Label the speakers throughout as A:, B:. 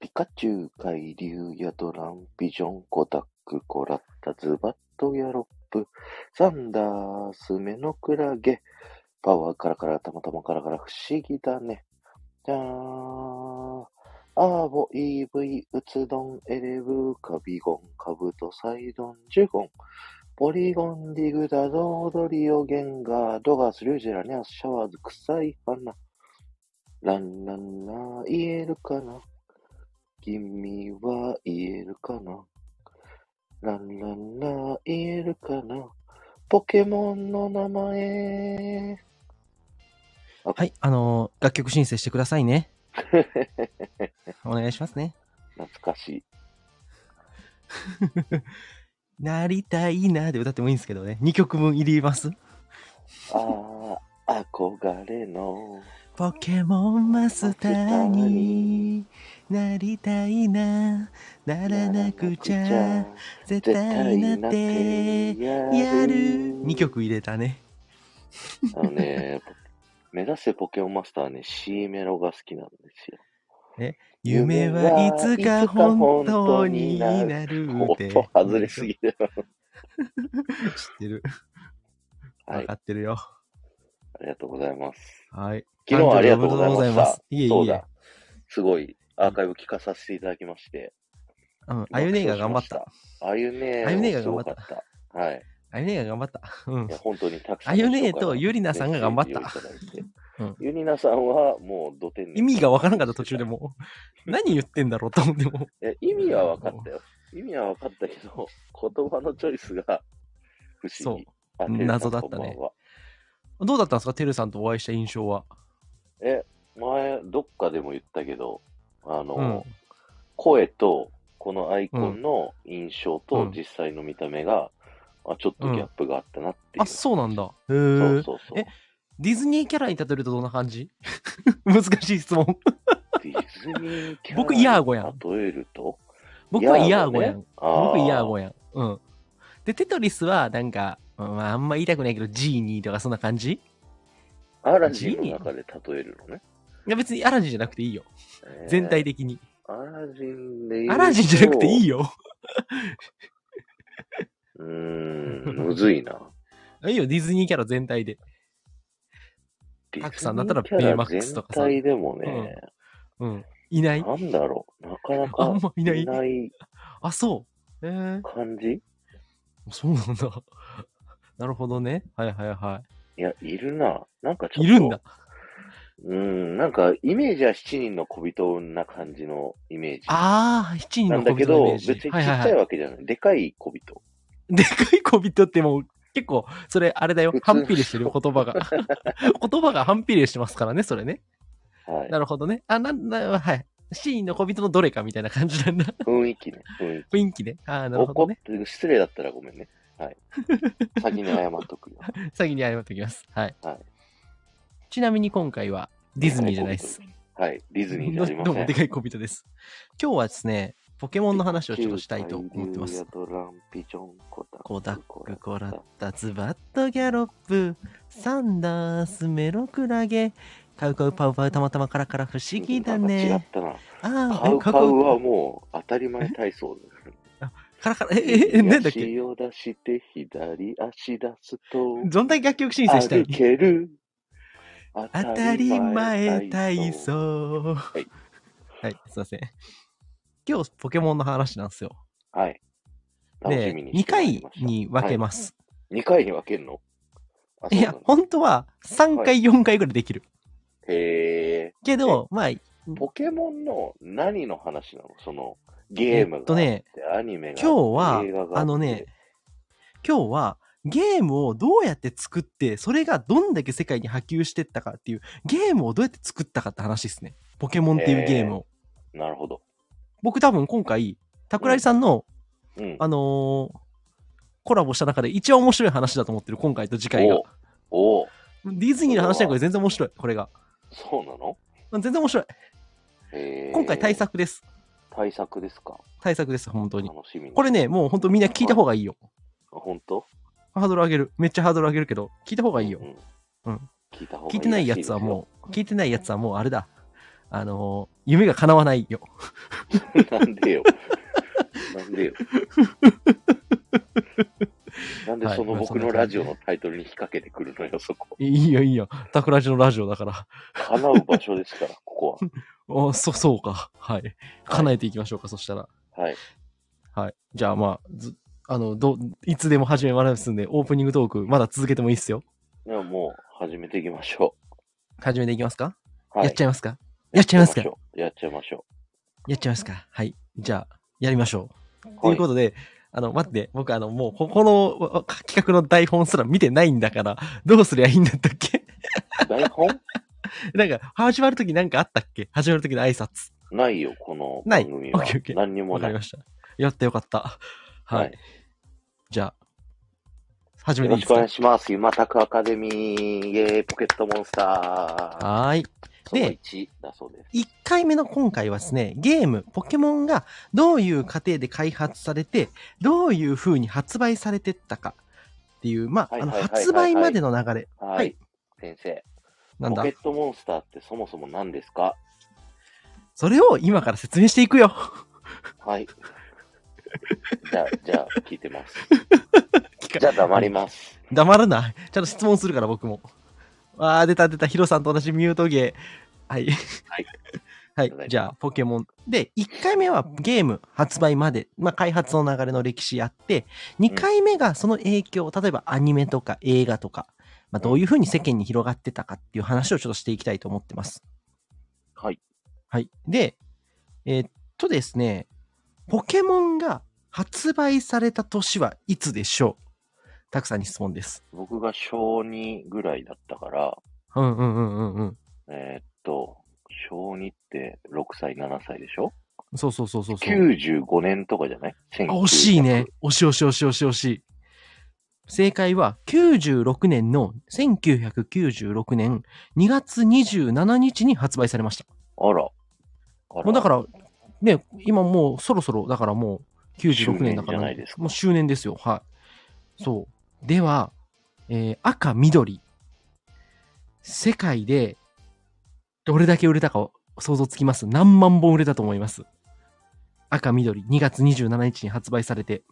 A: ピカチュウ、海流、ヤドラン、ビジョン、コダック、コラッタ、ズバット、ヤロップ、サンダース、メノクラゲ、パワー、カラカラ、たまたまカラカラ、不思議だね。じゃーん。アーボ、EV、ウツドン、エレブ、カビゴン、カブト、サイドン、ジュゴン、ポリゴン、ディグダ、ドードリオ、ゲンガー、ドガース、リュージェラ、ニャス、シャワーズ、臭い花。ランランラン、言えるかな君は言えるかなランランラン、言えるかなポケモンの名前。
B: はい、あのー楽曲申請してくださ いね。お願いしますね。
A: 懐かしい。
B: なりたいなーで歌ってもいいんですけどね。2曲分入ります。
A: ああ、憧れの。
B: ポケモンマスターになりたいな、ならなくちゃ、絶対なってやる。2。曲入れたね。
A: あのね、 目指せポケモンマスターはね、C メロが好きなんですよ。
B: 夢
A: 夢
B: は
A: はいい
B: つ
A: つ
B: か
A: か
B: 本
A: 本
B: 当
A: 当
B: に
A: に
B: な
A: な
B: るって。
A: 音外れすぎだよ。
B: 知ってる。
A: は
B: わ
A: い
B: か、ってるよ。
A: ありがとうございます。
B: はい。
A: 昨日はありがとうございました
B: 誕生日おめでとうございます。いえい
A: そう
B: え
A: だ。。すごいアーカイブ聞かさせていただきまして。
B: うん、あゆねえが頑張った。。
A: あゆねえ。
B: あゆねえが頑張
A: す
B: った
A: ごかった。はい。
B: あゆねえが頑張った。 うん
A: いや、。本当にたくさん。
B: あゆねえとゆりなさんが頑張った
A: メッセージをいただいて
B: うん
A: ゆりなさんはもう土手に。
B: 意味がわからんかった途中でも う、何言ってんだろうと思っても
A: いや意味は分かったよ。意味は分かったけど、言葉のチョイスが不
B: う、
A: 思
B: そ
A: 議。あてるさん
B: 謎だったね
A: こんばんは
B: う。どうだったんですか、てるさんとお会いした印象は。
A: え、前、どっかでも言ったけど、あの、
B: うん。
A: 声と、このアイコンの印象
B: う
A: と
B: ん
A: 実際の見た目が、あちょっとギャップがあったなっていう。
B: あ、そうなんだ。へ
A: そう
B: ー
A: そうそう。
B: えディズニーキャラに例えるとどんな感じ 難しい 質問。
A: ディズニーキャラ
B: 僕イヤーゴやん
A: に例えると
B: 僕はイヤーゴやん。。僕イヤー
A: ゴね
B: ゴやん。うん。で、テトリスはなんか、うんまあ、あんま言いたくないけど、ジーニーとかそんな感じい
A: あーアラジンの中で例えるのね。
B: や、別にアラジンじゃなくていいよ。 全体
A: で。
B: 的に。
A: アラジンで言うと
B: アラジンじゃなくていいよ。
A: うーん、むずいな。
B: いいよ、ディズニーキャラ全体で。
A: デ
B: タ
A: ィ
B: ク
A: ズ
B: さん
A: ニ
B: だ ったら
A: ーキャラ
B: VMAX とかさ
A: 全体でもね、
B: うん。いない
A: なんだろう、なかな
B: あん
A: か
B: まい
A: い
B: ない。
A: ない
B: あ、そう。えー、
A: 感じ
B: そうな んだ。なるほどね。はいはいはい
A: や、いるな。なんかちょっと。
B: い。いるんだ。。
A: うん、なんかイメージは7人の小人な感じのイメージ。
B: ああ、7人
A: な
B: の
A: ん
B: 小
A: だけ
B: 人のイメ
A: ど、
B: ー
A: 別
B: ジ。
A: にちっち
B: はいはい
A: ゃい
B: は
A: わけじゃない。でかい小人。
B: い。でかい小人ってもう結構、それあれだよ
A: 普。通
B: 反比例してる言葉 が。言葉が反比例してますからね、それね。
A: はい
B: な。るほどね。あ、なんだ、はい。7人の小人のどれかみたいな感じなんだ。
A: 雰囲気ね。雰囲気。
B: 雰囲気ね。ああ、なるほ
A: 怒っ
B: どね。
A: て、失礼だったらごめんね。 はい。先に謝っとくよ。
B: 先に謝っておきます。はい。
A: はい
B: ちなみに今回はディズニーじゃないです。
A: はい。ディズニーじゃ
B: ど
A: ありま
B: どう
A: せ
B: も
A: ん
B: で。かい小人です。今日はですね、ポケモンの話をちょっとしたいと思ってま
A: 地
B: す
A: 球。海流やドランピジョンコダック
B: コダッ
A: コ
B: ク
A: ラ
B: コラ
A: ッ
B: ッ
A: タ
B: タズバットギャロップサンダースメロクラゲカウカウパウパウたまたまカラカラ不思議だ
A: 違っ
B: ね
A: たな。
B: ああ
A: カウカウは
B: え
A: もう当たり前体操です。
B: カラカラえええなんだっけ
A: 右足を出して左足出すと、
B: どんだけ楽曲申請したい
A: 歩ける。当
B: 当たり前体。操
A: い
B: はいすいません今日ポケモンの話なんですよ
A: はい。楽し
B: で
A: みに
B: 2
A: してまいり
B: 回
A: ました
B: に分けます、
A: はい、2回に分けるのあそうな
B: い、や
A: の
B: 本当は3
A: は
B: 回4回ぐらいできる、
A: へ
B: けどまあ
A: ーポケモンの何の話なのその、ゲームがあ
B: え
A: っ、
B: ってとね
A: アニメがあって
B: 今日は
A: 映画がって
B: あのね、今日はゲームをどうやって作って、それがどんだけ世界に波及してったかっていう、ゲームをどうやって作ったかって話ですね。ポケモンっていうゲームを。
A: なるほど。
B: 僕多分今回、桜井さんの、
A: うん。
B: あのーコラボした中で一番面白い話だと思ってる、今回と次回が。
A: おうおう
B: ディズニーの話なんかより全然面白い、これが。
A: そうなの
B: 全然面白い。
A: へー
B: 今回対。策です。
A: 対策ですか
B: 対策です、本当に。
A: 楽しみに。
B: これね、もう本当みんな聞いた方がいいよ。
A: あ、本当
B: ハードル上げる。めっちゃハードル上げるけど、聞いた方がいいよ
A: う。ん
B: うん
A: 聞いた方がいい
B: 聞いてないやつはもう、聞いてないやつはもうあれだ。あのー夢が叶わないよ。
A: なんで よ。なんでよ。なんでその
B: はいまあそ
A: 僕
B: んな
A: のラジオのタイトルに引っ掛けてくるのよ、そこ。
B: いいよいいよ。タクラジのラジオだから。
A: 叶う場所ですから、ここ
B: あそ、そうか。はい。叶えていきましょうか、そしたら。
A: は。はい。
B: はい。じゃあまあ、ずあの、ど、いつでも始めますんで、オープニングトーク、まだ続けてもいいっすよ。
A: ではもう、始めていきましょ
B: 始めていきますか、
A: う。はい。
B: やっちゃいますかやっちゃいますか
A: やっちゃいましょ
B: やっちゃいますかはい。じゃあ、やりましょ
A: う。
B: う。ということとで、あの、待って、僕、あの、もう、ここのわわ企画の台本すら見てないんだから、どうすりゃいいんだったっけ
A: 台本
B: なんか、始まるときなんかあったっけ始まるときの挨拶。
A: ないよ、この
B: ない
A: 番組は
B: オッケーオッケ。ー
A: 何にも
B: わか
A: な
B: りま
A: い。
B: した。やったよかった。は
A: は
B: い。
A: い
B: じゃあ、始め
A: よ
B: てい
A: ろ
B: いで
A: し
B: す
A: くお
B: か
A: 願いします。今タクアカデミー、イェーイポケットモンスター。
B: はーい。
A: その
B: で
A: 1だそうです。
B: 1回目の今回はですね、ゲーム、ポケモンがどういう過程で開発されて、どういう風に発売されてったかっていう、まあ、
A: はい
B: あの、
A: はいはいはい
B: 発売までの流れ。
A: は
B: はいい。
A: 先生、
B: なん
A: ポ
B: だ
A: ケットモンスターってそもそも何ですか
B: それを今から説明していくよ。
A: はい。 じゃあ、じゃあ、聞いてます。
B: 聞
A: じゃ
B: か
A: あ、黙ります。
B: 黙るな。ちゃんと質問するから、僕も。あー、出た出た。ヒロさんと同じミュートゲー。はい。
A: はい。
B: はい。じゃあ、ポケモン。で、1回目はゲーム発売まで、まあ、開発の流れの歴史やって、2回目がその影響、例えばアニメとか映画とか、まあ、どういうふうに世間に広がってたかっていう話をちょっとしていきたいと思ってます。
A: はい。
B: はい。で、えーっとですね、ポケモンが発売された年はいつでしょうたくさんに質問です。
A: 僕が小2ぐらいだったから、
B: うんうんうんうんうん。
A: えーっと、小2って6歳、7歳でしょ
B: そうそうそうそうそう。
A: ?95 年とかじゃない
B: あ惜しいね。。惜しい惜しい惜しい惜しい惜しい。正解は96年の1996年2月27日に発売されました。
A: 1900あら。あ、
B: もうだからら、ね、今もうそろそろ、だからもう96年だか
A: 周年じ
B: ら、
A: ゃないですか
B: もう周年ですよ。はい。そう。では、えー赤、緑。世界でどれだけ売れたか想像つきます何万本売れたと思います赤、緑、2月27日に発売されて。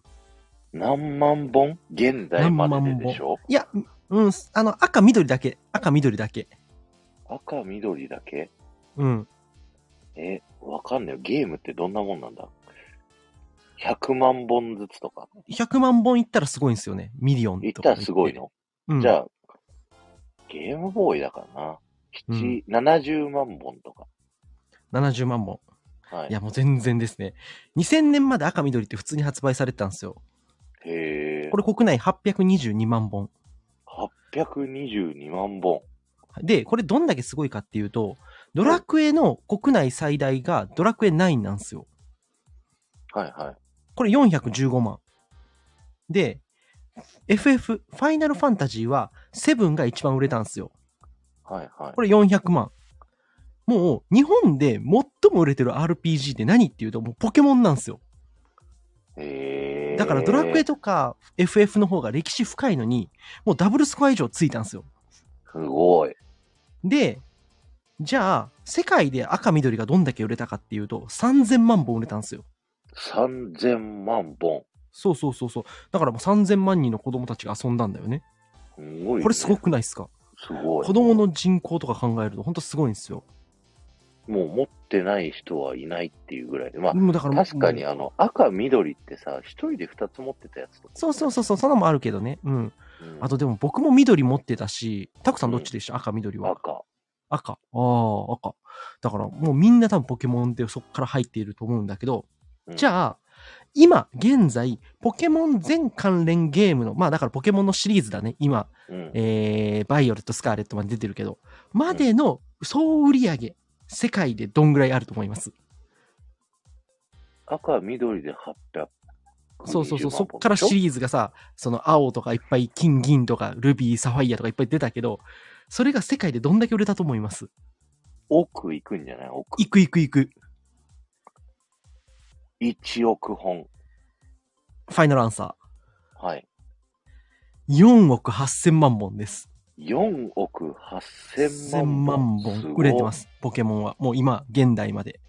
A: 何万本現代まで
B: 何万
A: ででしょ
B: いや、うん、あの、赤、緑だけ。赤、緑だけ。
A: 赤、緑だけ
B: うん。
A: え、わかんないよ。ゲームってどんなもんなんだ ?100 万本ずつとか。
B: 100万本いったらすごいんですよね。ミリオン
A: いっ
B: とか
A: た
B: 言
A: らすごい。の、
B: うん、
A: じゃあ、ゲームボーイだからな。七70万本とか。
B: 70万本。
A: はい。
B: いや、もう全然ですね。2000年まで赤緑って普通に発売されてたんですよ。
A: へえ
B: こ。れ国内822万本。
A: 822万本。
B: で、これどんだけすごいかっていうと、ドラクエの国内最大がドラクエ9なんですよ。
A: はいはい。
B: これ415万。で、FF、ファイナルファンタジーは7が一番売れたんですよ。
A: はいはい。
B: これ400万。もう日本で最も売れてる RPG って何っていうともうポケモンなんですよ。
A: へえ。
B: だからドラクエとか FF の方が歴史深いのに、もうダブルスコア以上ついたんですよ。
A: すごい。
B: で、じゃあ、世界で赤緑がどんだけ売れたかっていうと、3000万本売れたんですよ。
A: 3000万本。
B: そうそうそうそう。だからもう3000万人の子供たちが遊んだんだよね。
A: すごいね、
B: これすごくないですか
A: すごい。
B: 子供の人口とか考えると本当すごいんですよ。
A: もう持ってない人はいないっていうぐらいで。まあ、
B: もうだからもう
A: 確かにあの、赤、緑ってさ、一人で二つ持ってたやつとか。
B: そうそうそうそう、そんなのもあるけどね。うん。
A: うん
B: あとでも僕も緑持ってたし、たくさんどっちでした赤緑は。
A: 赤。
B: 赤。ああ、赤。だからもうみんな多分ポケモンってそっから入っていると思うんだけど、じ
A: あ、
B: ゃあ、今、現在、ポケモン全関連ゲームの、まあだからポケモンのシリーズだね、今、
A: うん、
B: えー、バイオレット・スカーレットまで出てるけど、までの総売り上げ、世界でどんぐらいあると思います
A: 赤、緑で800。
B: そうそうそう、そっからシリーズがさ、その青とかいっぱい金、銀とか、ルビー、サファイアとかいっぱい出たけど、それが世界でどんだけ売れたと思います
A: 奥行くんじゃない奥。
B: いくいくいく。
A: 1億本。
B: ファイナルアンサ
A: はい。
B: ー。4億8000万本です。
A: 4億8000
B: 1000
A: 万
B: 万
A: 本。
B: 本売れてますす。ポケモンは。もう今、現代まで。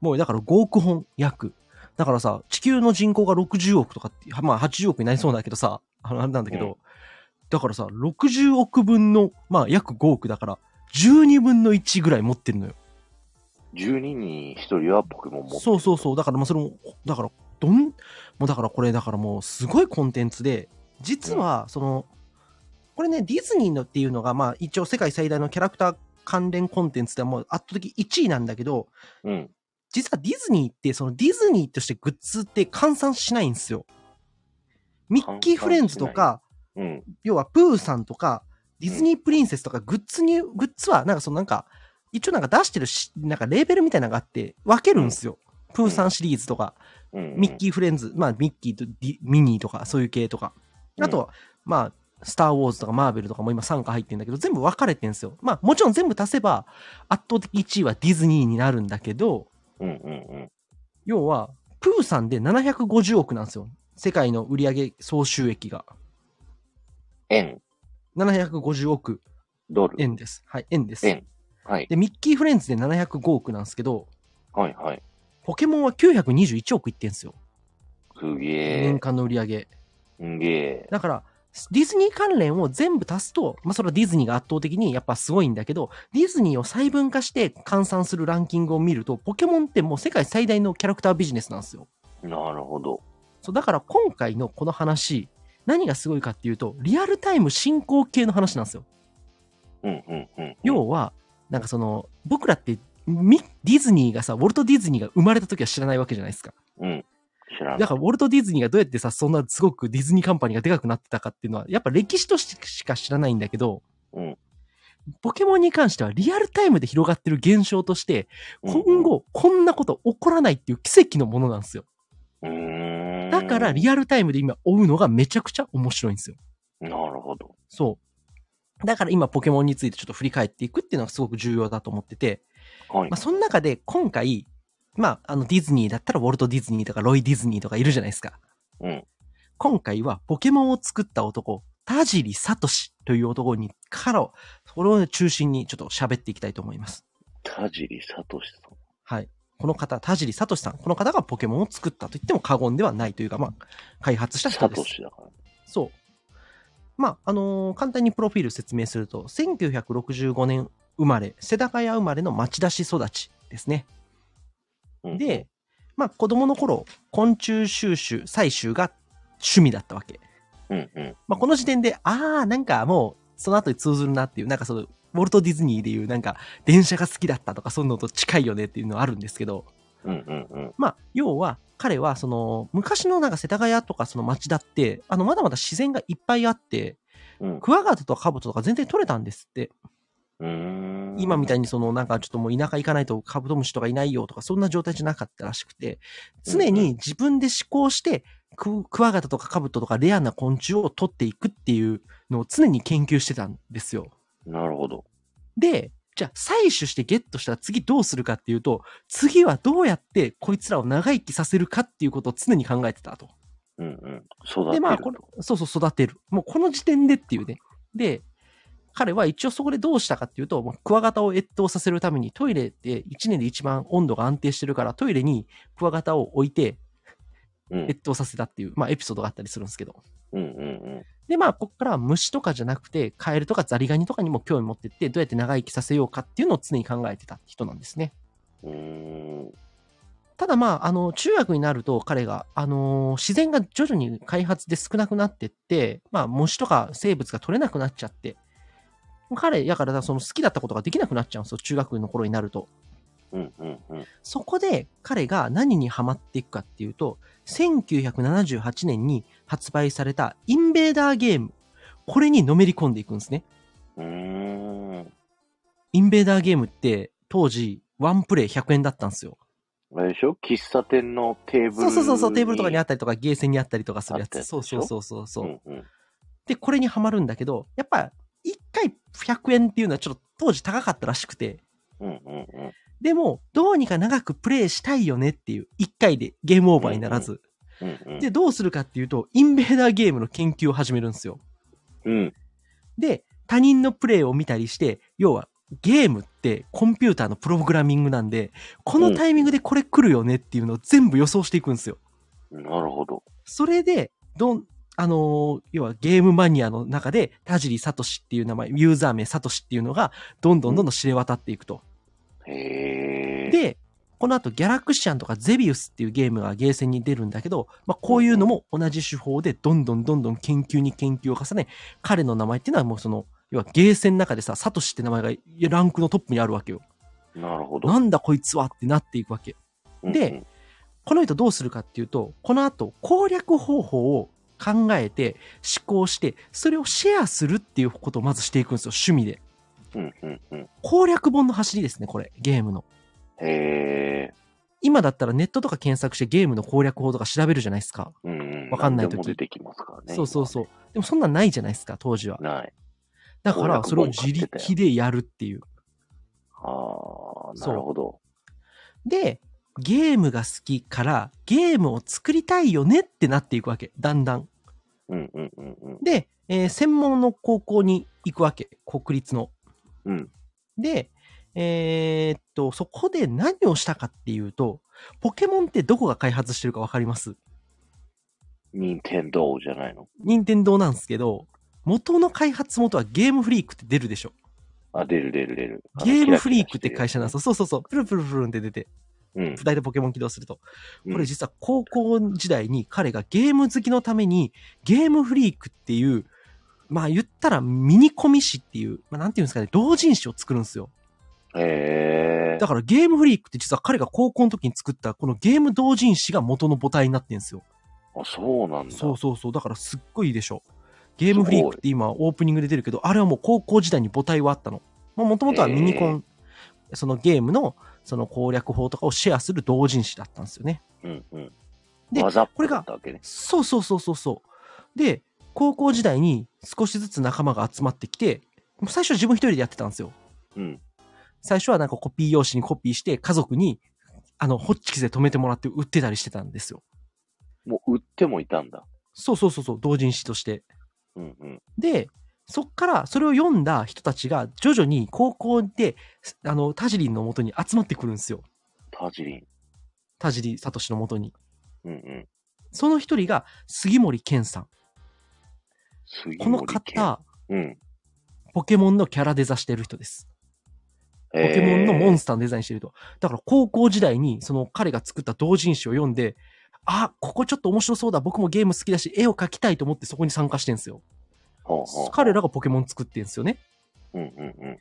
B: もうだから5億本約。だからさ、地球の人口が60億とかって、まあ80億になりそうだけどさ、あのあれなんだけど、
A: うん
B: だからさ、60億分の、まあ約5億だから、12分の1ぐらい持ってるのよ。
A: 12人1人はポケモン持ってる。
B: そうそうそう。だからまあそれも、だから、どん、もうだからこれ、だからもうすごいコンテンツで、実は、その、これね、ディズニーのっていうのが、まあ一応世界最大のキャラクター関連コンテンツではもう圧倒的1位なんだけど、
A: うん。
B: 実はディズニーって、そのディズニーとしてグッズって換算しないんですよ。ミッキーフレンズと
A: 換算しない
B: か、
A: うん。
B: 要はプーさんとか、ディズニープリンセスとか、グッズに、グッズは、なんかそのなんか、一応なんか出してるし、なんかレーベルみたいなのがあって、分けるんですよ。プーさんシリーズとか、
A: うん。
B: ミッキーフレンズ、まあミッキーとディミニーとか、そういう系とか。
A: うん
B: あとは、まあ、スター・ウォーズとかマーベルとかも今参加入ってるんだけど、全部分かれてるんですよ。まあもちろん全部足せば、圧倒的1位はディズニーになるんだけど、
A: うんうんうん。
B: 要は、プーさんで750億なんですよ。世界の売上総収益が。
A: 円、
B: 750億
A: ドル。
B: 円です。はい、円です。
A: 円はい。
B: で、ミッキーフレンズで705億なんですけど、
A: はいはい。
B: ポケモンは921億いってんすよ。
A: すげ
B: 年
A: え。
B: 間の売り上げ。
A: すげえ。
B: だから、ディズニー関連を全部足すと、まあ、それはディズニーが圧倒的にやっぱすごいんだけど、ディズニーを細分化して換算するランキングを見ると、ポケモンってもう世界最大のキャラクタービジネスなんですよ。
A: なるほど。
B: そう、だから今回のこの話、何がすごいかっていうと、リアルタイム進行形の話なんですよ。
A: うんうんうん。
B: 要は、なんかその、僕らって、みディズニーがさ、ウォルト・ディズニーが生まれた時は知らないわけじゃないですか。
A: うん。知ら
B: だ
A: ない。
B: からウォルト・ディズニーがどうやってさ、そんなすごくディズニーカンパニーがでかくなってたかっていうのは、やっぱ歴史としてしか知らないんだけど、
A: うん
B: ポケモンに関してはリアルタイムで広がってる現象として、
A: うん
B: 今。後こんなこと起こらないっていう奇跡のものなんですよ。
A: うーん。
B: だからリアルタイムで今追うのがめちゃくちゃ面白いんですよ。
A: なるほど。
B: そう。だから今ポケモンについてちょっと振り返っていくっていうのがすごく重要だと思ってて、
A: はい
B: まあ、。その中で今回、まあ、あのディズニーだったらウォルト・ディズニーとかロイ・ディズニーとかいるじゃないですか。
A: うん
B: 今回はポケモンを作った男、田尻聡という男に、からを、それを中心にちょっと喋っていきたいと思います。
A: 田尻聡さん。
B: はい。この方、田尻聡さん。この方がポケモンを作ったと言っても過言ではないというか、まあ、開発した人
A: サ
B: です
A: ト。シだからね。
B: そう。まあ、あのー簡単にプロフィール説明すると、1965年生まれ、世田谷生まれの町田市育ちですね。
A: うん
B: で、まあ、子供の頃、昆虫収集、採集が趣味だったわけ。
A: うんうん。
B: まあ、この時点で、ああ、なんかもう、その後に通ずるなっていう、なんかその、ウォルト・ディズニーでいう、なんか、電車が好きだったとか、そういうのと近いよねっていうのはあるんですけど、
A: うんうんうん。
B: まあ、要は、彼は、その、昔のなんか世田谷とかその町だって、あの、まだまだ自然がいっぱいあって、
A: うん
B: クワガタとかカブトとか全然取れたんですって。
A: うーん。
B: 今みた
A: い
B: いにそのなんかちょっともう田舎行かないとカブトムシとかいないよとかそんな状態じゃなかったらしくて、常に自分で思考してククワガタとかカブトとかレアな昆虫を取っていくっていうのを常に研究してたんですよ。
A: なるほど。
B: で、じゃあ採取してゲットしたら次どうするかっていうと、次はどうやってこいつらを長生きさせるかっていうことを常に考えてたと。
A: うんうん。育てる。
B: で、まあこれ、そうそう、育てる。もうこの時点でっていうね。で、彼は一応そこでどうしたかっていうと、まあクワガタを越冬させるためにトイレって1年で一番温度が安定してるから、トイレにクワガタを置いて
A: うん
B: 越冬させたっていう、まあエピソードがあったりするんですけど。
A: うんうん
B: で、まあ、ここからは虫とかじゃなくて、カエルとかザリガニとかにも興味持ってって、どうやって長生きさせようかっていうのを常に考えてた人なんですね。
A: うん。う
B: ただまあ、あの、中学になると彼が、あのー自然が徐々に開発で少なくなってって、まあ、虫とか生物が取れなくなっちゃって、彼、やからその好きだったことができなくなっちゃうんですよ、中学の頃になると。
A: ーん。うんうんうん。
B: そこで彼が何にハマっていくかっていうと、1978年に発売されたインベーダーゲーム、これにのめり込んでいくんですね。
A: うーん。
B: インベーダーゲームって当時、ワンプレイ100円だったんですよ。
A: あれでしょ喫茶店のテーブル
B: そう
A: に。
B: そうそうそう、テーブルとかにあ
A: っ
B: ったりとか、ゲーセンにあったりとかするや
A: あった
B: つ。
A: やつ
B: そうそうそうそうそう。
A: うんうん。
B: で、これにはまるんだけど、やっぱ、1回100円っていうのはちょっと当時高かったらしくて、
A: うんうんうん。
B: でも、どうにか長くプレイしたいよねっていう、1回でゲームオーバーにならず。
A: うんうん。
B: で、どうするかっていうと、インベーダーゲームの研究を始めるんですよ。
A: うん。
B: で、他人のプレイを見たりして、要は、ゲームってコンピューターのプログラミングなんで、このタイミングでこれ来るよねっていうのを全部予想していくんですよ。
A: なるほど。
B: それで、どん、あのー要はゲームマニアの中で、田尻聡っていう名前、ユーザー名聡っていうのが、どんどんどんどん知れ渡っていくと。
A: へえ。、
B: で、この後、ギャラクシアンとかゼビウスっていうゲームがゲーセンに出るんだけど、まあ、こういうのも同じ手法で、どんどんどんどん研究に研究を重ね、彼の名前っていうのはもうその、要はゲーセンの中でさ、サトシって名前がランクのトップにあるわけよ。
A: なるほど。
B: なんだこいつはってなっていくわけ。
A: うん
B: で、この人どうするかっていうと、この後攻略方法を考えて思考して、それをシェアするっていうことをまずしていくんですよ、趣味で。
A: うんうんうん。
B: 攻略本の走りですね、これ、ゲームの。
A: へえ。
B: 今だったらネットとか検索してゲームの攻略法とか調べるじゃないですか。
A: うんうん。
B: わかんない
A: 何でも
B: 時
A: 出てきますからね。
B: そうそうそう。でもそんなんないじゃないですか、当時は。
A: 今はね。ない。
B: だから、それを
A: 攻略本
B: 自
A: 買ってたよ
B: 力でやるっていう。
A: ああ、
B: そう
A: なるほど。
B: で、ゲームが好きから、ゲームを作りたいよねってなっていくわけ、だんだん。
A: うんうんうんうん。
B: で、えー専門の高校に行くわけ、国立の。
A: うん。
B: で、えーっと、そこで何をしたかっていうと、ポケモンってどこが開発してるかわかります
A: 任天堂じゃないの
B: 任天堂なんですけど、元の開発元はゲームフリークって出るでしょ。
A: あ、出る出る出る。あの
B: ゲームフリークって会社なんです
A: キ
B: よ。そうそうそう。プルプルプルンって出て、
A: ラキラしてる
B: 大体ポケモン起動すると。
A: うん。
B: これ実は高校時代に彼がゲーム好きのために、ゲームフリークっていう、まあ言ったらミニコミ誌っていう、まあなんていうんですかね、同人誌を作るんですよ。
A: うん。へえ。
B: だからゲームフリークって実は彼が高校の時に作ったこのゲーム同人誌が元の母体になってんですよ。
A: あ、そうなんだ。
B: そうそうそう。だからすっごいいいでしょ。ゲームフリークって今オープニングで出るけど、あれはもう高校時代に母体はあったの。もともとはミニコン、そのゲームのその攻略法とかをシェアする同人誌だったんですよね。
A: うんうん。
B: で
A: 技っぽ
B: これ
A: か
B: が
A: ったわけね。
B: そうそうそうそうそう。で、高校時代に少しずつ仲間が集まってきて、もう最初は自分一人でやってたんですよ。
A: うん。
B: 最初はなんかコピー用紙にコピーして家族にあのホッチキスで止めてもらって売ってたりしてたんですよ。
A: もう売ってもいたんだ。
B: そうそうそうそう、同人誌として。
A: うんうん。
B: で、そっからそれを読んだ人たちが徐々に高校で、あの、タジリンの元に集まってくるんですよ。
A: タジリン。
B: タジリサトシの元に。
A: うんうん。
B: その一人が杉森健さん。
A: 杉
B: この
A: 森健
B: 方、
A: うん。
B: ポケモンのキャラデザしてる人です。
A: ポ
B: ポケモンのモンスターのデザインしてると。だから高校時代に、その彼が作った同人誌を読んで、あ、ここちょっと面白そうだ。僕もゲーム好きだし、絵を描きたいと思ってそこに参加してんすよ。彼ら
A: が。
B: がポケモン作ってんすよね。
A: うんうん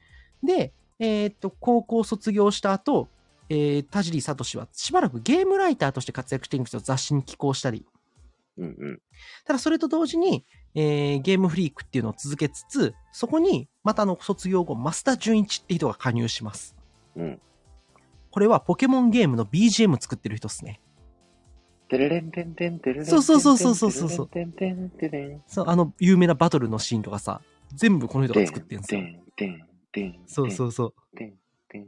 B: で、えーっと、高校卒業した後、えー、田尻聡はしばらくゲームライターとして活躍してるんですよ。雑誌に寄稿したり。
A: うん。うんうん。
B: ただそれと同時に、えーゲームフリークっていうのを続けつつ、そこに、またあの卒業後、増田純一って人が加入します。
A: うん。
B: これはポケモンゲームの BGM 作ってる人っすね。
A: てれれんてんてんてれれん。
B: そうそうそうそうそうそうそう
A: てんてんてんてれん。
B: そう、あの、有名なバトルのシーンとかさ、全部この人
A: て
B: が
A: ん
B: 作ってるんです
A: て
B: よ。
A: んてんてん。
B: そうそうそう。
A: てんてん。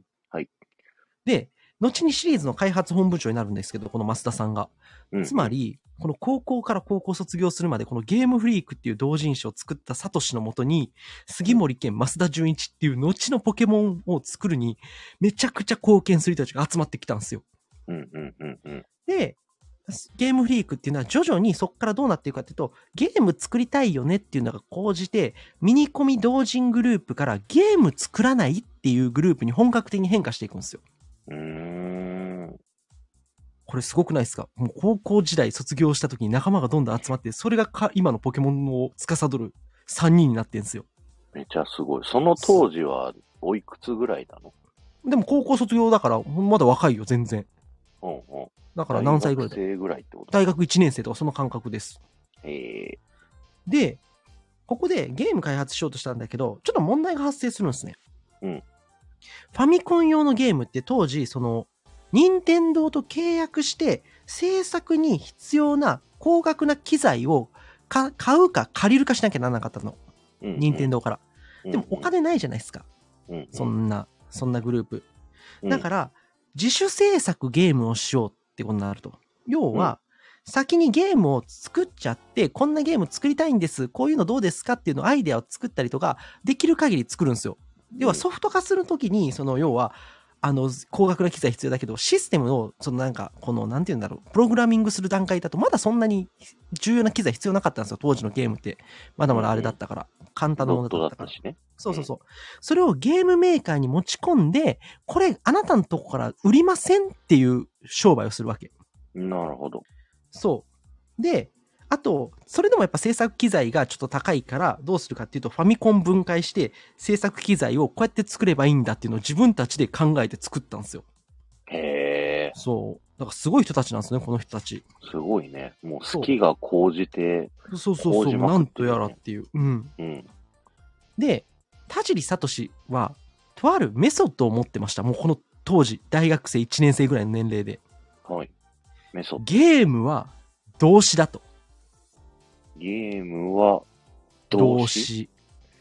B: で、後にシリーズの開発本部長になるんですけど、この増田さんが。
A: うん
B: つま。り、この高校から高校卒業するまで、このゲームフリークっていう同人誌を作ったサトシのもとに、杉森健、増田純一っていう後のポケモンを作るに、めちゃくちゃ貢献する人たちが集まってきたんですよ。
A: うんうんうんうん。
B: で、ゲームフリークっていうのは徐々にそこからどうなっていくかっていうと、ゲーム作りたいよねっていうのが講じて、ミニコミ同人グループからゲーム作らないっていうグループに本格的に変化していくんですよ。
A: うーん。
B: これすごくないですかもう高校時代卒業した時に仲間がどんどん集まって、それがか今のポケモンを司る3人になってんですよ。
A: めちゃすごい。その当時は、おいくつぐらいなの
B: でも高校卒業だから、まだ若いよ、全然。
A: うんうん。
B: だから何歳ぐらい
A: 大
B: だ
A: 学生ぐらいってこと
B: 大学1年生とかその感覚です。
A: え
B: で、ここでゲーム開発しようとしたんだけど、ちょっと問題が発生するんですね。
A: うん
B: ファミコン用のゲームって当時、その、任天堂と契約して、制作に必要な高額な機材をか買うか借りるかしなきゃならなかったの。
A: えー。
B: 任天
A: 堂。
B: 堂から。
A: うん
B: でもお、金ないじゃないですか。
A: うんうん
B: そんな、そんなグループ。
A: うん
B: だから、自主制作ゲームをしようってことになると。要は、先にゲームを作っちゃって、こんなゲーム作りたいんです、こういうのどうですかっていうのをアイデアを作ったりとか、できる限り作るんですよ。要はソフト化するときに、その要は、あの、高額な機材必要だけど、システムを、そのなんか、この、なんて言うんだろう、プログラミングする段階だと、まだそんなに重要な機材必要なかったんですよ、当時のゲームって。まだまだあれだったから、簡単なものだ
A: だ
B: っ
A: ったた
B: から。
A: しね。
B: そうそうそう。それをゲームメーカーに持ち込んで、これ、あなたのとこから売りませんっていう商売をするわけ。
A: なるほど。
B: そう。で、あと、それでもやっぱ制作機材がちょっと高いから、どうするかっていうと、ファミコン分解して、制作機材をこうやって作ればいいんだっていうのを自分たちで考えて作ったんですよ。
A: へえ、
B: そう。だからすごい人たちなんですね、この人たち。
A: すごいね。もう好きが高じて、
B: そうそう
A: こう
B: そう、
A: じまく
B: な
A: ってね
B: んとやらっていう。うん。
A: うん。
B: で、田尻聡は、とあるメソッドを持ってました。もうこの当時、大学生1年生ぐらいの年齢で。
A: はい。メソッド。
B: ゲームは動詞だと。
A: ゲームは
B: 動
A: 動詞。
B: 詞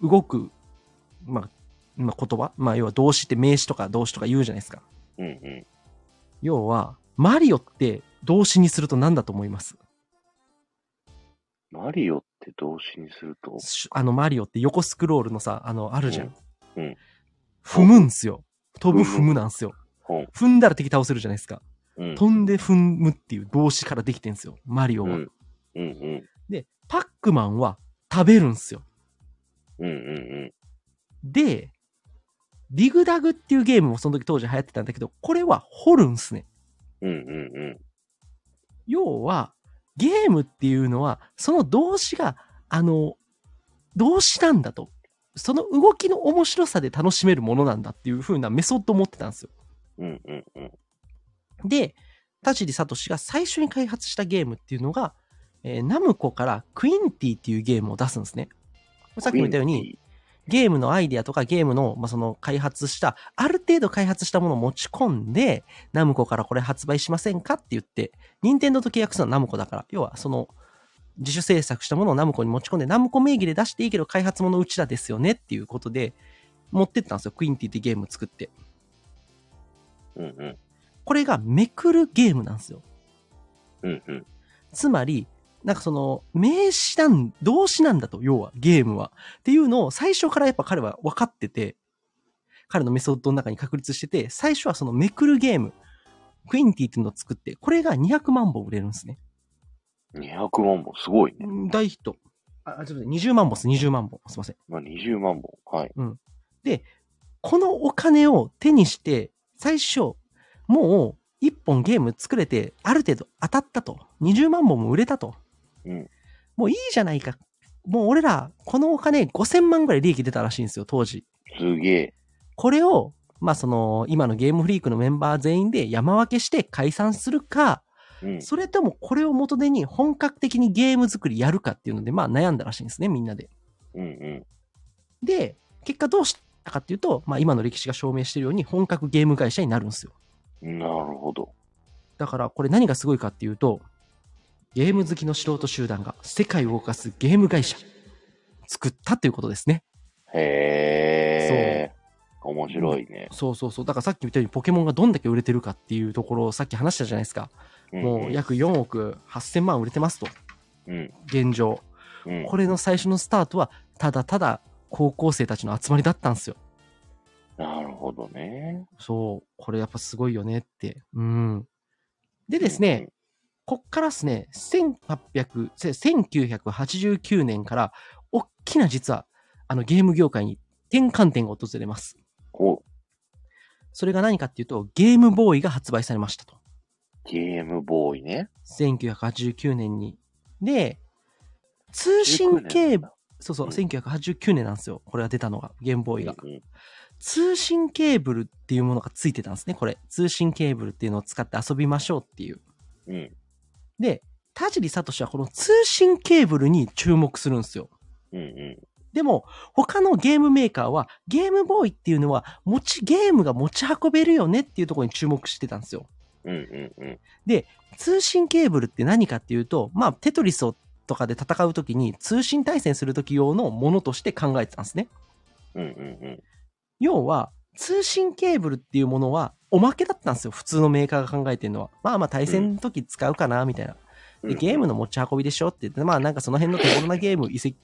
B: 動く、まあ、まあ、言葉まあ要は動詞って名詞とか動詞とか言うじゃないですか
A: うんうん。
B: 要はマリオって動詞にすると何だと思います
A: マリオって動詞にすると、
B: しあのマリオって横スクロールのさあのあるじゃん、
A: うんうん
B: 踏むんすよ飛ぶ
A: 踏
B: 踏
A: む
B: むなんすよ
A: うん
B: 踏んだら敵倒せるじゃないですか
A: うん。
B: 飛んで踏むっていう動詞からできてんすよマリオ
A: う
B: は、
A: ん。うんうん。
B: でパックマンは食べるんすよ
A: うんうん
B: でディグダグっていうゲームもその時当時流行ってたんだけどこれは掘るんすね
A: うん。うんうんうん。
B: 要は、ゲームっていうのは、その動詞が、あの、動詞なんだと。その動きの面白さで楽しめるものなんだっていう風なメソッドを持ってたんですよ。
A: うんうんうん。
B: で、田尻聡が最初に開発したゲームっていうのが、えーナムコからクインティっていうゲームを出すんですね。さっきも言ったように、ゲームのアイディアとかゲームの、まあ、その開発した、ある程度開発したものを持ち込んで、ナムコからこれ発売しませんかって言って、任天堂と契約するのはナムコだから、要はその、自主制作したものをナムコに持ち込んで、ナムコ名義で出していいけど開発ものうちらですよねっていうことで、持ってったんですよ。クインティってゲーム作って。
A: うんうん
B: これがめくるゲームなんですよ。
A: うんうん。
B: つまり、なんかその、名詞なん、動詞なんだと、要は、ゲームは。っていうのを最初からやっぱ彼は分かってて、彼のメソッドの中に確立してて、最初はそのめくるゲーム、クインティっていうのを作って、これが200万本売れるんですね。
A: 200万本、すごいね。
B: 大ヒット。あ、あちょっと待って20万本です、20万本。すいません。
A: まあ、20万本。はい。
B: このお金を手にして、最初、もう1本ゲーム作れて、ある程度当たったと。20万本も売れたと。
A: うん
B: もういいじゃないか。もう俺ら、このお金5000万ぐらい利益出たらしいんですよ、当時。
A: すげえ。
B: これを、まあその、今のゲームフリークのメンバー全員で山分けして解散するか、
A: うん。
B: それともこれを元手に本格的にゲーム作りやるかっていうので、まあ悩んだらしいんですね、みんなで。
A: うんうん。
B: で、結果どうしたかっていうと、まあ今の歴史が証明しているように本格ゲーム会社になるんですよ。
A: なるほど。
B: だからこれ何がすごいかっていうと、ゲーム好きの素人集団が世界を動かすゲーム会社作ったということですね。
A: へえ。面白いね。
B: そうそうそう。だからさっき言ったようにポケモンがどんだけ売れてるかっていうところをさっき話したじゃないですか。
A: うん
B: もう約4億8000万売れてますと。
A: うん。
B: 現状。
A: うん。
B: これの最初のスタートは、ただただ高校生たちの集まりだったんですよ。
A: なるほどね。
B: そう。これやっぱすごいよねって。うん。でですね、こっからですね、1800せ1989年から、大きな実は、あのゲーム業界に転換点が訪れます。
A: うん。お、
B: それが何かっていうと、ゲームボーイが発売されましたと。
A: ゲームボーイね。
B: 1989年に。で、通信ケーブル、そうそう、
A: うん
B: 1989年なんですよ。これが出たのが、ゲームボーイが。
A: うんうん
B: 通信ケーブルっていうものがついてたんですね、これ。通信ケーブルっていうのを使って遊びましょうっていう。
A: うん。
B: で、田尻聡はこの通信ケーブルに注目するんですよ。
A: うんうん。
B: でも、他のゲームメーカーは、ゲームボーイっていうのは、持ち、ゲームが持ち運べるよねっていうところに注目してたんですよ。
A: うんうんうん。
B: 通信ケーブルって何かっていうと、まあ、テトリスとかで戦うときに、通信対戦するとき用のものとして考えてたんですね。
A: うんうん
B: 要は、通信ケーブルっていうものは、おまけだったんですよ。普通のメーカーが考えてるのは。まあまあ、対戦の時使うかな、みたいな。
A: うん。
B: で、ゲームの持ち運びでしょって言って、まあなんかその辺の手頃なゲーム、移籍、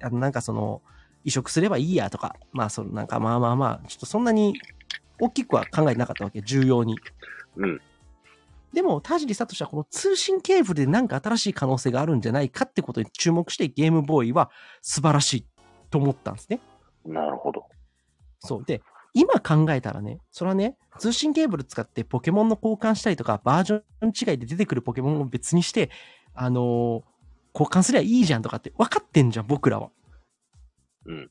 B: あのなんかその、移植すればいいやとか、まあ、そのなんかまあまあまあ、ちょっとそんなに大きくは考えてなかったわけ、重要に。
A: うん。
B: でも、田尻聡はこの通信ケーブルで何か新しい可能性があるんじゃないかってことに注目して、ゲームボーイは素晴らしいと思ったんですね。
A: なるほど。
B: そう。で、今考えたらね、それはね、通信ケーブル使ってポケモンの交換したりとか、バージョン違いで出てくるポケモンを別にして、あのー交換すりゃいいじゃんとかって分かってんじゃん、僕らは。
A: うん。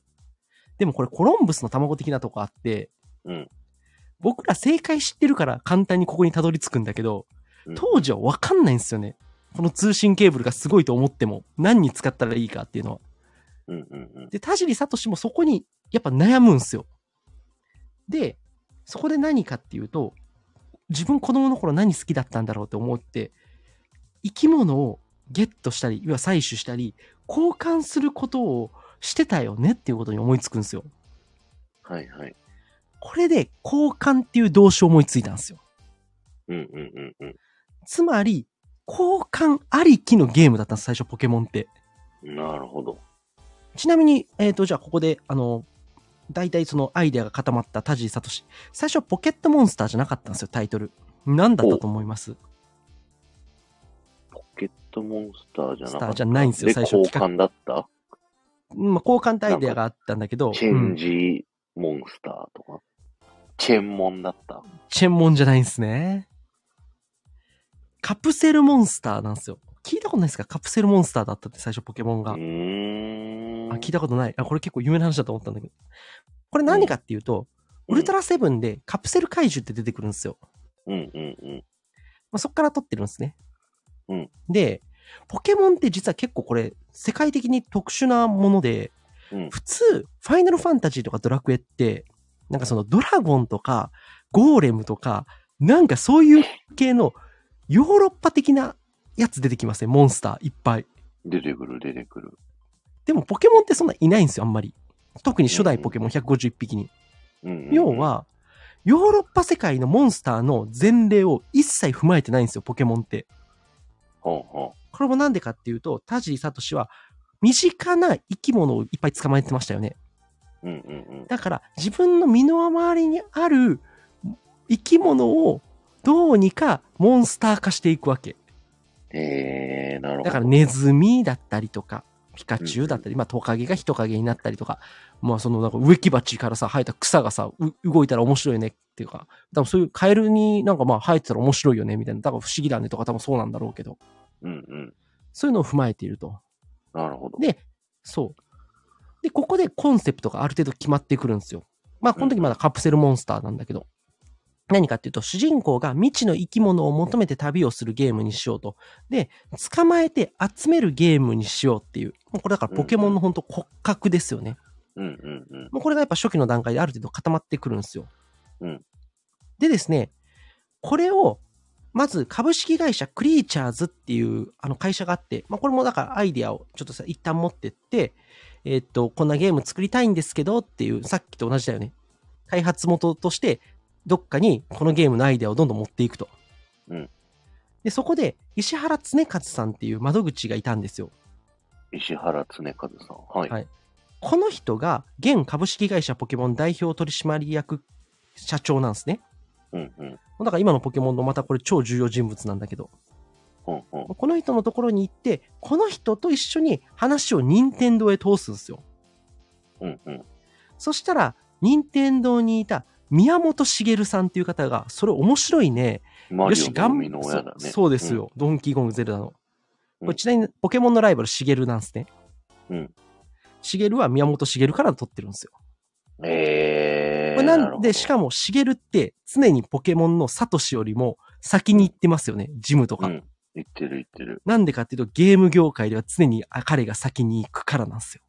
B: でもこれ、コロンブスの卵的なとこあって、
A: うん。
B: 僕ら正解知ってるから簡単にここにたどり着くんだけど
A: うん、
B: 当時は分かんないんですよね。この通信ケーブルがすごいと思っても、何に使ったらいいかっていうのは。
A: うんうんうん。
B: で、田尻聡もそこにやっぱ悩むんすよ。で、そこで何かっていうと、自分子供の頃何好きだったんだろうって思って、生き物をゲットしたり、要は採取したり、交換することをしてたよねっていうことに思いつくんですよ。
A: はいはい。
B: これで交換っていう動詞を思いついたんですよ。
A: うんうんうんうん。
B: つまり、交換ありきのゲームだったんです、最初ポケモンって。
A: なるほど。
B: ちなみに、えっ、と、じゃあここで、あの、大体そのアイデアが固まった田尻聡。最初ポケットモンスターじゃなかったんですよ、タイトル。何だったと思います
A: ポケットモンスターじゃなかった。
B: スターじゃないんですよ
A: で
B: 最初
A: 交換だった
B: まあ、交換ってアイデアがあったんだけど、
A: チェンジモンスターとか。チェンモンだった。
B: チェンモンじゃないんですね。カプセルモンスターなんですよ。聞いたことないですかカプセルモンスターだったって最初ポケモン
A: う
B: が。
A: ーん。
B: あ、聞いたことない。あ、これ結構有名な話だと思ったんだけど。これ何かっていうと、ウルトラセブンでカプセル怪獣って出てくるんですよ。
A: うんうんうん。
B: まあ、そこから撮ってるんですね。
A: うん
B: で、ポケモンって実は結構これ、世界的に特殊なもので、
A: うん
B: 普通、ファイナルファンタジーとかドラクエって、なんかそのドラゴンとか、ゴーレムとか、なんかそういう系のヨーロッパ的なやつ出てきますね、モンスターいっぱい。
A: 出てくる出てくる。
B: でもポケモンってそんないないんですよ、あんまり。特に初代ポケモン151匹に。
A: うんうんうん
B: 要、は、ヨーロッパ世界のモンスターの前例を一切踏まえてないんですよ、ポケモンって。
A: ほうほ
B: これもなんでかっていうと、田尻聡は身近な生き物をいっぱい捕まえてましたよね。
A: う。うんうん
B: だから自分の身の回りにある生き物をどうにかモンスター化していくわけ。
A: うん。えー、なるほど。
B: だからネズミだったりとか、ピカチュウだったり、まあトカゲが人影になったりとか、まあそのなんか植木鉢からさ、生えた草がさ、う動いたら面白いねっていうか、多分そういうカエルになんかまあ生えてたら面白いよねみたいな、だから不思議だねとか多分そうなんだろうけど、
A: うんうん。
B: そういうのを踏まえていると。
A: なるほど。
B: で、そう。で、ここでコンセプトがある程度決まってくるんですよ。まあ、この時まだカプセルモンスターなんだけど。何かっていうと、主人公が未知の生き物を求めて旅をするゲームにしようと。で、捕まえて集めるゲームにしようっていう。もうこれだからポケモンの本当骨格ですよね。
A: うんうんうん。
B: もうこれがやっぱ初期の段階である程度固まってくるんですよ。
A: うん
B: でですね、これを、まず株式会社クリーチャーズっていうあの会社があって、まあ、これもだからアイディアをちょっとさ一旦持ってって、えーっと、こんなゲーム作りたいんですけどっていう、さっきと同じだよね。開発元として、どっかにこのゲームのアイデアをどんどん持っていくと。
A: うん
B: で、そこで、石原恒和さんっていう窓口がいたんですよ。
A: 石原恒和さん。はい。
B: はいこの人が現株式会社ポケモン代表取締役社長なんですね。
A: うんうん。
B: だから今のポケモンのまたこれ超重要人物なんだけど、
A: ほうほ
B: この人のところに行って、この人と一緒に話を任天堂へ通すんですよ。
A: う。うんうん。
B: そしたら、任天堂にいた宮本茂さんっていう方が、それ面白いね。
A: マ
B: よ
A: リ
B: し、
A: オ
B: が
A: の
B: ん
A: 海の親だね。
B: そうそうですよ、ドンキーコングゼルダの。
A: うん
B: これちなみにポケモンのライバル茂なんですね。
A: うん。
B: 茂は宮本茂から取ってるんですよ。
A: うん。えー。
B: これ
A: なる
B: なん
A: ほど
B: で、しかも、しげるって、常にポケモンのサトシよりも先に行ってますよね、ジムとか。
A: うん。言ってる言ってる。
B: なんでかっていうと、ゲーム業界では常にあ彼が先に行くからなんですよ。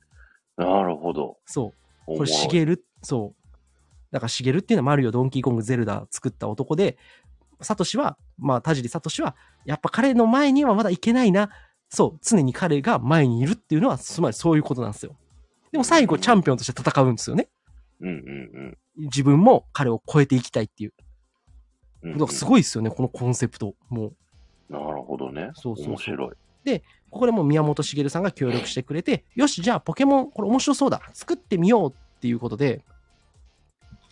A: なるほど。
B: そ
A: お
B: う。
A: も
B: こ
A: ろ
B: れ、
A: い
B: しげる、そう。だから、しげるっていうのはマリオ、ドンキーコング、ゼルダ作った男で、サトシは、まあ、田尻サトシは、やっぱ彼の前にはまだ行けないな。そう、常に彼が前にいるっていうのは、つまりそういうことなんですよ。でも最後、チャンピオンとして戦うんですよね。
A: うんうん
B: 自分も彼を超えていきたいっていう。
A: うん。うんう
B: だ
A: ん
B: からすごいですよね、このコンセプト。もう。
A: なるほどね。
B: そうそうそう
A: 面白い。
B: ここでもう宮本茂さんが協力してくれて、よし、じゃあポケモン、これ面白そうだ、作ってみようっていうことで、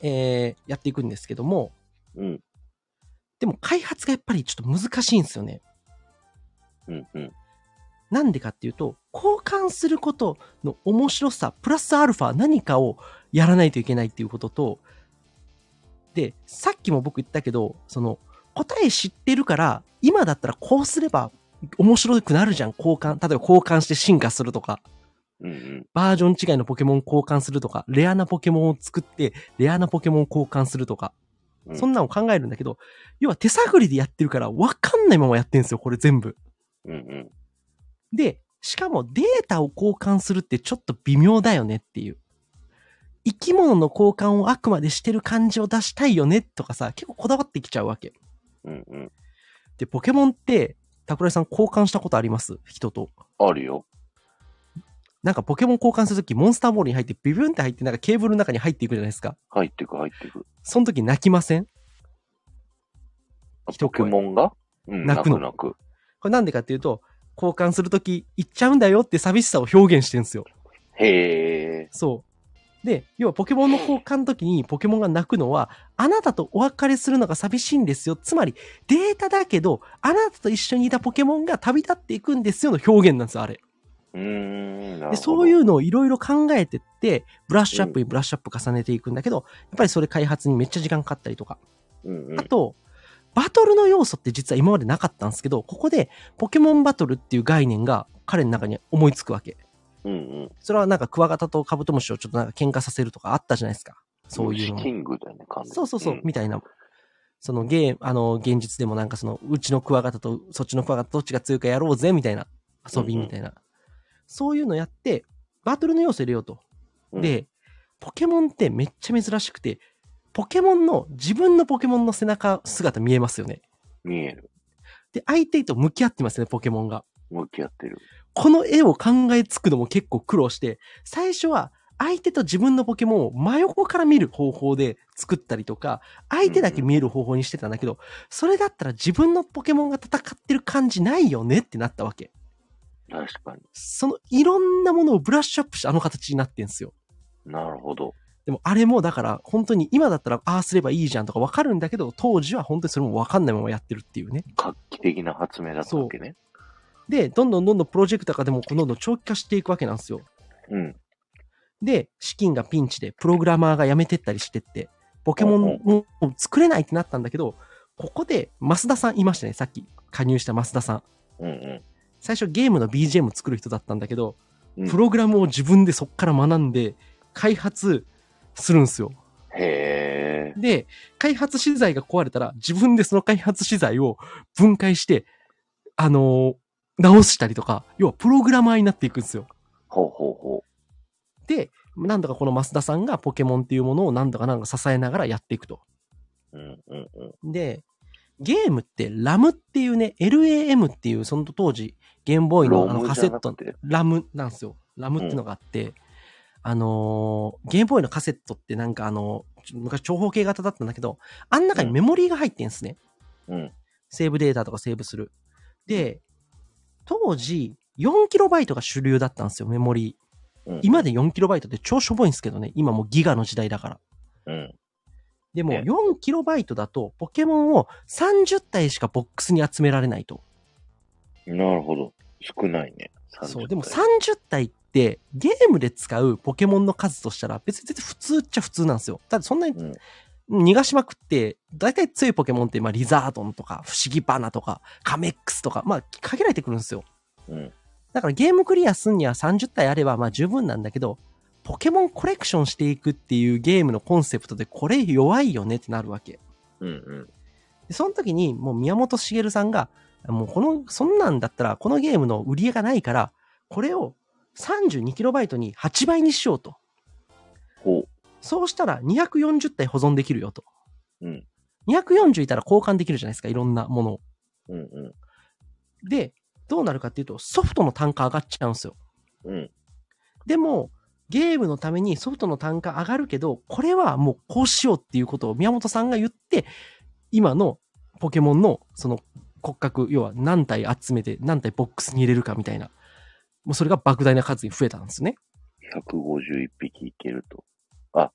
B: えーやっていくんですけども、
A: うん、
B: でも開発がやっぱりちょっと難しいんですよね。
A: うん、うん。
B: なんでかっていうと、交換することの面白さ、プラスアルファ何かをやらないといけないっていうことと、で、さっきも僕言ったけど、その、答え知ってるから、今だったらこうすれば面白くなるじゃん、交換。例えば交換して進化するとか、
A: うん、うん。
B: バージョン違いのポケモン交換するとか、レアなポケモンを作って、レアなポケモン交換するとか、
A: うん
B: そんなの考えるんだけど、要は手探りでやってるから、わかんないままやってんですよ、これ全部。
A: うん、うん。
B: で、しかもデータを交換するってちょっと微妙だよねっていう。生き物の交換をあくまでしてる感じを出したいよねとかさ、結構こだわってきちゃうわけ。
A: うん、うん。
B: で、ポケモンって、桜井さん交換したことあります人と。
A: あるよ。
B: なんかポケモン交換するとき、モンスターボールに入って、ビブンって入って、なんかケーブルの中に入っていくじゃないですか。
A: 入ってく、入ってく。
B: その時泣きません
A: あ
B: 一声
A: ポケモンがうん、
B: 泣
A: 泣
B: くの
A: く泣く。
B: これなんでかっていうと、交換するとき、行っちゃうんだよって寂しさを表現してるんですよ。
A: へえ。
B: そう。で、要はポケモンの交換の時にポケモンが泣くのは、あなたとお別れするのが寂しいんですよ。つまり、データだけど、あなたと一緒にいたポケモンが旅立っていくんですよの表現なんですよ、あれ。
A: うーん、なるほど。。
B: でそういううのをいろいろ考えてって、ブラッシュアップにブラッシュアップ重ねていくんだけど、やっぱりそれ開発にめっちゃ時間かかったりとか。
A: うん、うん
B: あ。と、バトルの要素って実は今までなかったんですけど、ここでポケモンバトルっていう概念が彼の中に思いつくわけ。
A: うん、うん。
B: それはなんかクワガタとカブトムシをちょっとなんか喧嘩させるとかあったじゃないですか。そういうの
A: キ。ングだよね、完全に
B: そうそうそう、
A: ん
B: みたいな。そのゲーム、あの、現実でもなんかその、うちのクワガタとそっちのクワガタどっちが強いかやろうぜ、みたいな。遊びみたいな。そういうのやって、バトルの要素入れようと。
A: うん
B: で、ポケモンってめっちゃ珍しくて、ポケモンの、自分のポケモンの背中姿見えますよね。
A: 見える。
B: で、相手と向き合ってますね、ポケモンが。
A: 向き合ってる。
B: この絵を考えつくのも結構苦労して、最初は相手と自分のポケモンを真横から見る方法で作ったりとか、相手だけ見える方法にしてたんだけど、それだったら自分のポケモンが戦ってる感じないよねってなったわけ。
A: 確かに。
B: そのいろんなものをブラッシュアップしてあの形になってんすよ。
A: なるほど。
B: でもあれもだから本当に今だったらああすればいいじゃんとかわかるんだけど、当時は本当にそれもわかんないままやってるっていうね。
A: 画期的な発明だったわけね。
B: で、どんどんどんどんプロジェクトがでもどんどん長期化していくわけなんですよ。
A: うん。
B: で、資金がピンチで、プログラマーが辞めてったりしてって、ポケモンを作れないってなったんだけど、ここで、増田さんいましたね、さっき加入した増田さん。
A: うんう
B: 最初ゲームの BGM 作る人だったんだけど、
A: うん
B: プログラムを自分でそっから学んで、開発するんですよ。
A: ん。へえ。
B: で、開発資材が壊れたら、自分でその開発資材を分解して、あのー直したりとか、要はプログラマーになっていくんですよ。
A: ほうほうほ
B: で、なんだかこの増田さんがポケモンっていうものをなんだかなんか支えながらやっていくと。
A: う。うんうんうん。
B: で、ゲームってラムっていうね、LAM っていう、その当時、ゲームボーイのあ
A: ロ
B: の
A: ム
B: カ
A: じゃ
B: セ
A: な
B: ッ
A: く
B: ト
A: て、
B: ラムなんですよ。ラムっていうのがあって、あのーゲームボーイのカセットってなんかあのーちょ昔長方形型だったんだけど、あん中にメモリーが入ってんですね。
A: うん。
B: セーブデータとかセーブする。で、当時、4KB が主流だったんですよ、メモリー。
A: うん
B: 今で 4KB って超しょぼいんですけどね、今もうギガの時代だから。
A: うん。
B: でも
A: ね
B: 4KB だとポケモンを30体しかボックスに集められないと。
A: なるほど。少ないね。30
B: そう。でも
A: 体
B: 30体ってゲームで使うポケモンの数としたら別に全然普通っちゃ普通なんですよ。ただってそんなに
A: うん
B: 逃がしまくって、大体強いポケモンってまあリザードンとか不思議バナとかカメックスとかまあ限られてくるんですよ。
A: うん。
B: だからゲームクリアすんには30体あればまあ十分なんだけど、ポケモンコレクションしていくっていうゲームのコンセプトでこれ弱いよねってなるわけ。
A: うんうん。
B: で、その時にもう宮本茂さんが、もうこの、そんなんだったら、このゲームの売り上がないから、これを 32KB に8倍にしようと。
A: ほう。
B: そうしたら240体保存できるよと。
A: うん。
B: 240いたら交換できるじゃないですか、いろんなものを。
A: うんう
B: で、どうなるかっていうと、ソフトの単価上がっちゃうんですよ。
A: ん。うん。
B: でも、ゲームのためにソフトの単価上がるけど、これはもうこうしようっていうことを宮本さんが言って、今のポケモンのその骨格、要は何体集めて何体ボックスに入れるかみたいな、もうそれが莫大な数に増えたんですね。
A: 151匹いけると。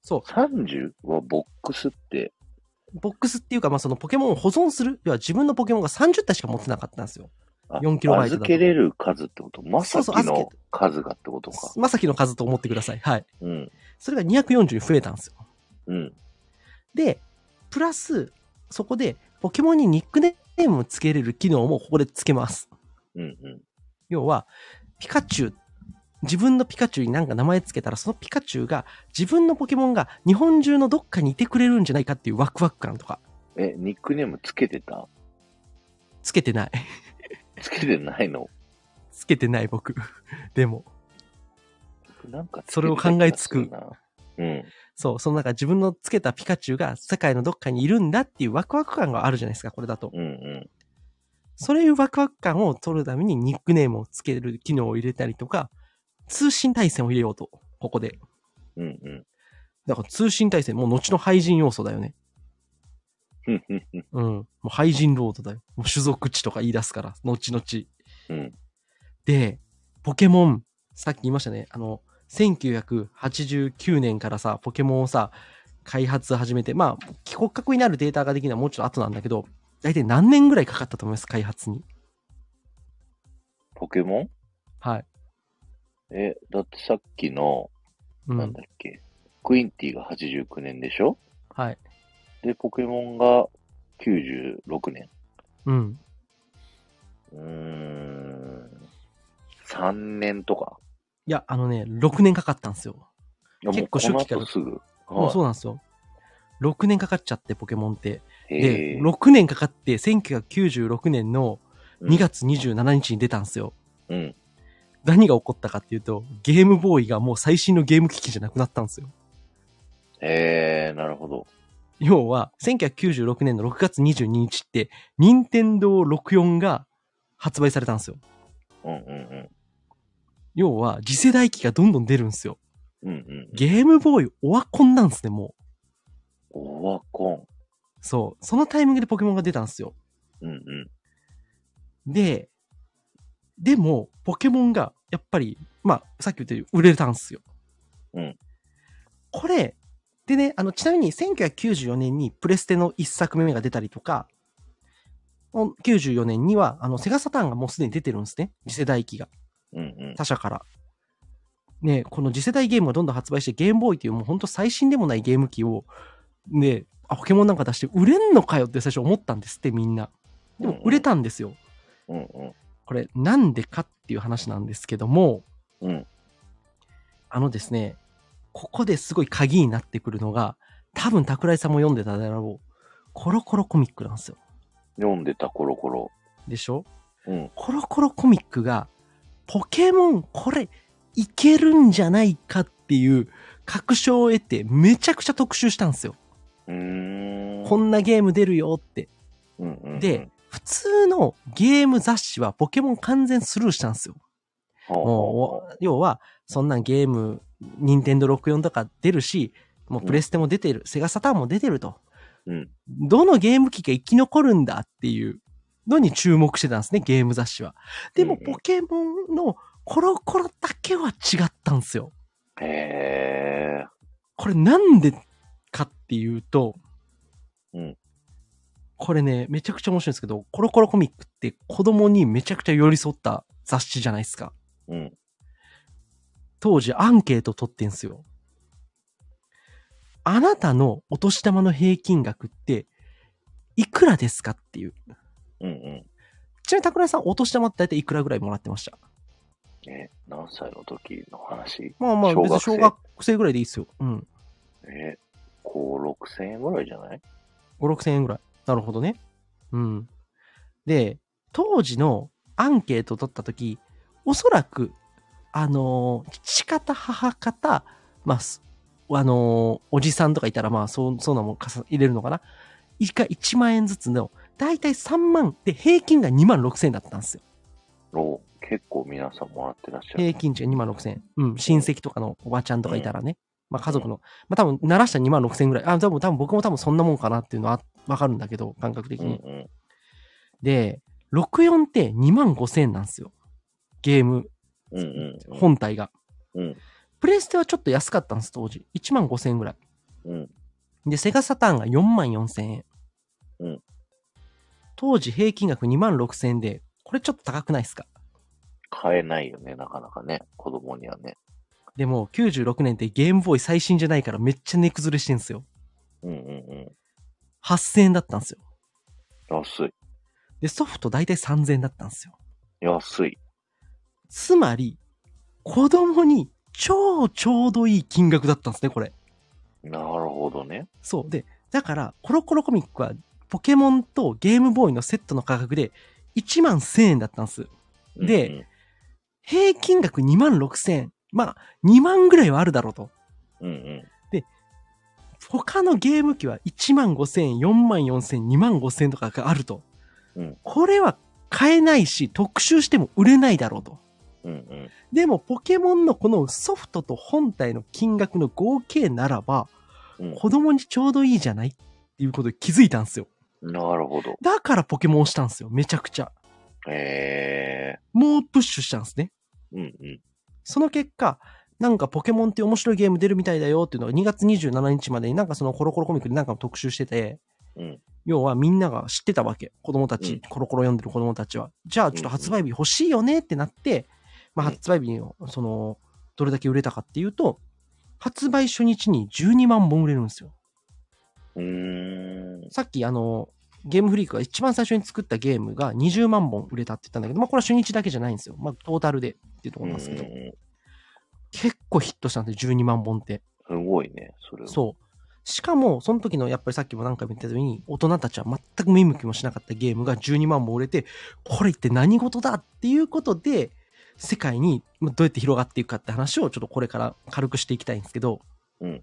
B: そう。
A: 30はボックスって、
B: ボックスっていうか、まあそのポケモンを保存する、要は自分のポケモンが30体しか持ってなかったんですよ。
A: あ
B: 4KB だと
A: 預けれる数ってことまさ
B: そう
A: き
B: そう預
A: の
B: け
A: 数がってことか。
B: まさきの数と思ってください。はい。
A: うん。
B: それが240に増えたんですよ。
A: うん。
B: で、プラス、そこでポケモンにニックネームをつけれる機能もここでつけます。
A: うん。うん。
B: 要は、ピカチュウ、自分のピカチュウに何か名前つけたら、そのピカチュウが自分のポケモンが日本中のどっかにいてくれるんじゃないかっていうワクワク感とか、
A: え、ニックネームつけてた
B: つけてない。
A: つけてないの
B: つけてない僕。 でも、
A: なんかつけてた
B: それを考えつく
A: 気がするな。うん。
B: そう、その中自分のつけたピカチュウが世界のどっかにいるんだっていうワクワク感があるじゃないですか、これだと。
A: うんうん。
B: そういうワクワク感を取るためにニックネームをつける機能を入れたりとか、通信対戦を入れようと、ここで。
A: うんうん。
B: だから通信対戦、もう後の廃人要素だよね。
A: うんうん
B: うん。もう廃人ロードだよ。もう種族地とか言い出すから、後々。
A: うん。
B: で、ポケモン、さっき言いましたね。あの、1989年からさ、ポケモンをさ、開発始めて、まあ、帰国格になるデータができるのはもうちょっと後なんだけど、大体何年ぐらいかかったと思います、開発に。
A: ポケモン
B: はい。
A: え、だってさっきの、
B: う
A: なん
B: ん。
A: だっけ、クインティが89年でしょ
B: はい。
A: で、ポケモンが96年。
B: うん。
A: うーん。3年とか。
B: いや、あのね、6年かかったんですよ。
A: いやもう
B: 結構初期
A: こ
B: から
A: の後すぐ。
B: もうそうなんですよ。6年かかっちゃって、ポケモンって。
A: いへ
B: で、
A: ー
B: 6年かかって、1996年の
A: うん
B: 2月27日に出たんですよ。
A: うん。
B: 何が起こったかっていうと、ゲームボーイがもう最新のゲーム機器じゃなくなったんですよ。
A: えー、なるほど。
B: 要は、1996年の6月22日って、任天堂64が発売されたんですよ。
A: うんうん
B: 要は、次世代機がどんどん出るんですよ。
A: うん。うんうん。
B: ゲームボーイオワコンなんですね、もう。
A: オワコン。
B: そう。そのタイミングでポケモンが出たんですよ。
A: うんうん。
B: で、でも、ポケモンが、やっぱり、まあ、さっき言ったように売れたんすよ。
A: うん。
B: これ、でね、あの、ちなみに1994年にプレステの一作目が出たりとか、お94年には、あの、セガサターンがもうすでに出てるんですね。次世代機が。
A: うんうん。
B: 他社から。ね、この次世代ゲームがどんどん発売して、ゲームボーイっていうもうほんと最新でもないゲーム機を、ね、あ、ポケモンなんか出して売れんのかよって最初思ったんですって、みんな。でも、売れたんですよ。
A: うんうん。
B: これなんでかっていう話なんですけども、
A: うん
B: あのですね、ここですごい鍵になってくるのが、多分桜井さんも読んでただろう、コロコロコミックなんですよ。
A: 読んでたコロコロ。
B: でしょ
A: うん。
B: コロコロコミックが、ポケモンこれいけるんじゃないかっていう確証を得てめちゃくちゃ特集したんですよ。
A: うーん。
B: こんなゲーム出るよって。
A: うんうんうん、
B: で、普通のゲーム雑誌はポケモン完全スルーしたんですよ。もう、お要は、そんなんゲーム、任天堂64とか出るし、もうプレステも出てる、セガサターンも出てると。
A: う、うん。
B: どのゲーム機が生き残るんだっていうのに注目してたんですね、ゲーム雑誌は。でも、
A: うんうん
B: ポケモンのコロコロだけは違ったんですよ。
A: へ
B: これなんでかっていうと、
A: うん
B: これね、めちゃくちゃ面白いんですけど、コロコロコミックって子供にめちゃくちゃ寄り添った雑誌じゃないですか。
A: ー。うん。
B: 当時アンケート取ってんすよ。あなたのお年玉の平均額って、いくらですかっていう。
A: うんうん。
B: ちなみに桜井さん、お年玉って大体いくらぐらいもらってました
A: え、何歳の時の話
B: まあまあ、別に
A: 小
B: 小
A: 学
B: 学生ぐらいでいいですよ。うん。
A: え、5、6千円ぐらいじゃない
B: 5、6千円ぐらい。なるほどね。うん。で、当時のアンケート取った時、おそらく、あのー父方、母方、まあ、すあのーおじさんとかいたら、まあ、そう、そうなのも重ね入れるのかな。一回1万円ずつの、だいたい3万で、平均が2万6千円だったんですよ。
A: お結構皆さんもらってらっしゃる。
B: 平均値が2万6千円。うん、親戚とかのおばちゃんとかいたらね。まあ、家族の、まあ、多分、鳴らした2万6千円ぐらい。あ、多分、多分、僕も多分そんなもんかなっていうのは、わかるんだけど、感覚的
A: う
B: に
A: ん。うん。
B: で、 64って2万5000円なんですよ。ゲーム、
A: うんうん。
B: 本体が。
A: うん
B: プレステはちょっと安かったんです、当時。1万5000円ぐらい。
A: うん。
B: で、セガサターンが4万4000円。
A: うん
B: 当時平均額2万6000円で、これちょっと高くないですか
A: 買えないよね、なかなかね。子供にはね。
B: でも、96年ってゲームボーイ最新じゃないからめっちゃ値崩れしてんすよ。
A: うんうん
B: 8000円だったんですよ。
A: うん。安い。
B: で、ソフト大体3000円だったんですよ。
A: 安い。
B: つまり、子供に超ちょうどいい金額だったんですね、これ。
A: なるほどね。
B: そう。で、だから、コロコロコミックは、ポケモンとゲームボーイのセットの価格で1万1000円だったんです。で
A: うんうん、
B: 平均額2万6000円。まあ、2万ぐらいはあるだろうと。
A: うんうん。
B: 他のゲーム機は1万5000円、4万4000円、2万5000円とかがあると。
A: うん
B: これは買えないし、特集しても売れないだろうと。
A: うんうん。
B: でも、ポケモンのこのソフトと本体の金額の合計ならば、
A: うん
B: 子供にちょうどいいじゃないっていうことで気づいたんですよ。
A: なるほど。
B: だからポケモンをしたんですよ。めちゃくちゃ。
A: え
B: もうプッシュしたんですね。
A: ー。うんうん。
B: その結果、なんかポケモンって面白いゲーム出るみたいだよっていうのが2月27日までになんかそのコロコロコミックでなんかの特集してて、
A: うん
B: 要はみんなが知ってたわけ。子供たち、
A: うん
B: コロコロ読んでる子供たちは。じゃあちょっと発売日欲しいよねってなって、まあ
A: うん
B: 発売日を、その、どれだけ売れたかっていうと、発売初日に12万本売れるんですよ。
A: うーん。
B: さっきあの、ゲームフリークが一番最初に作ったゲームが20万本売れたって言ったんだけど、まあこれは初日だけじゃないんですよ。まあトータルでっていうところなんですけど、
A: うんうん
B: 結構ヒットしたんですよ、12万本って。
A: すごいね、それは。
B: そう。しかも、その時のやっぱりさっきも何回も言ったように、大人たちは全く見向きもしなかったゲームが12万も売れて、これ一体何事だっていうことで、世界にまあどうやって広がっていくかって話をちょっとこれから軽くしていきたいんですけど、
A: うん。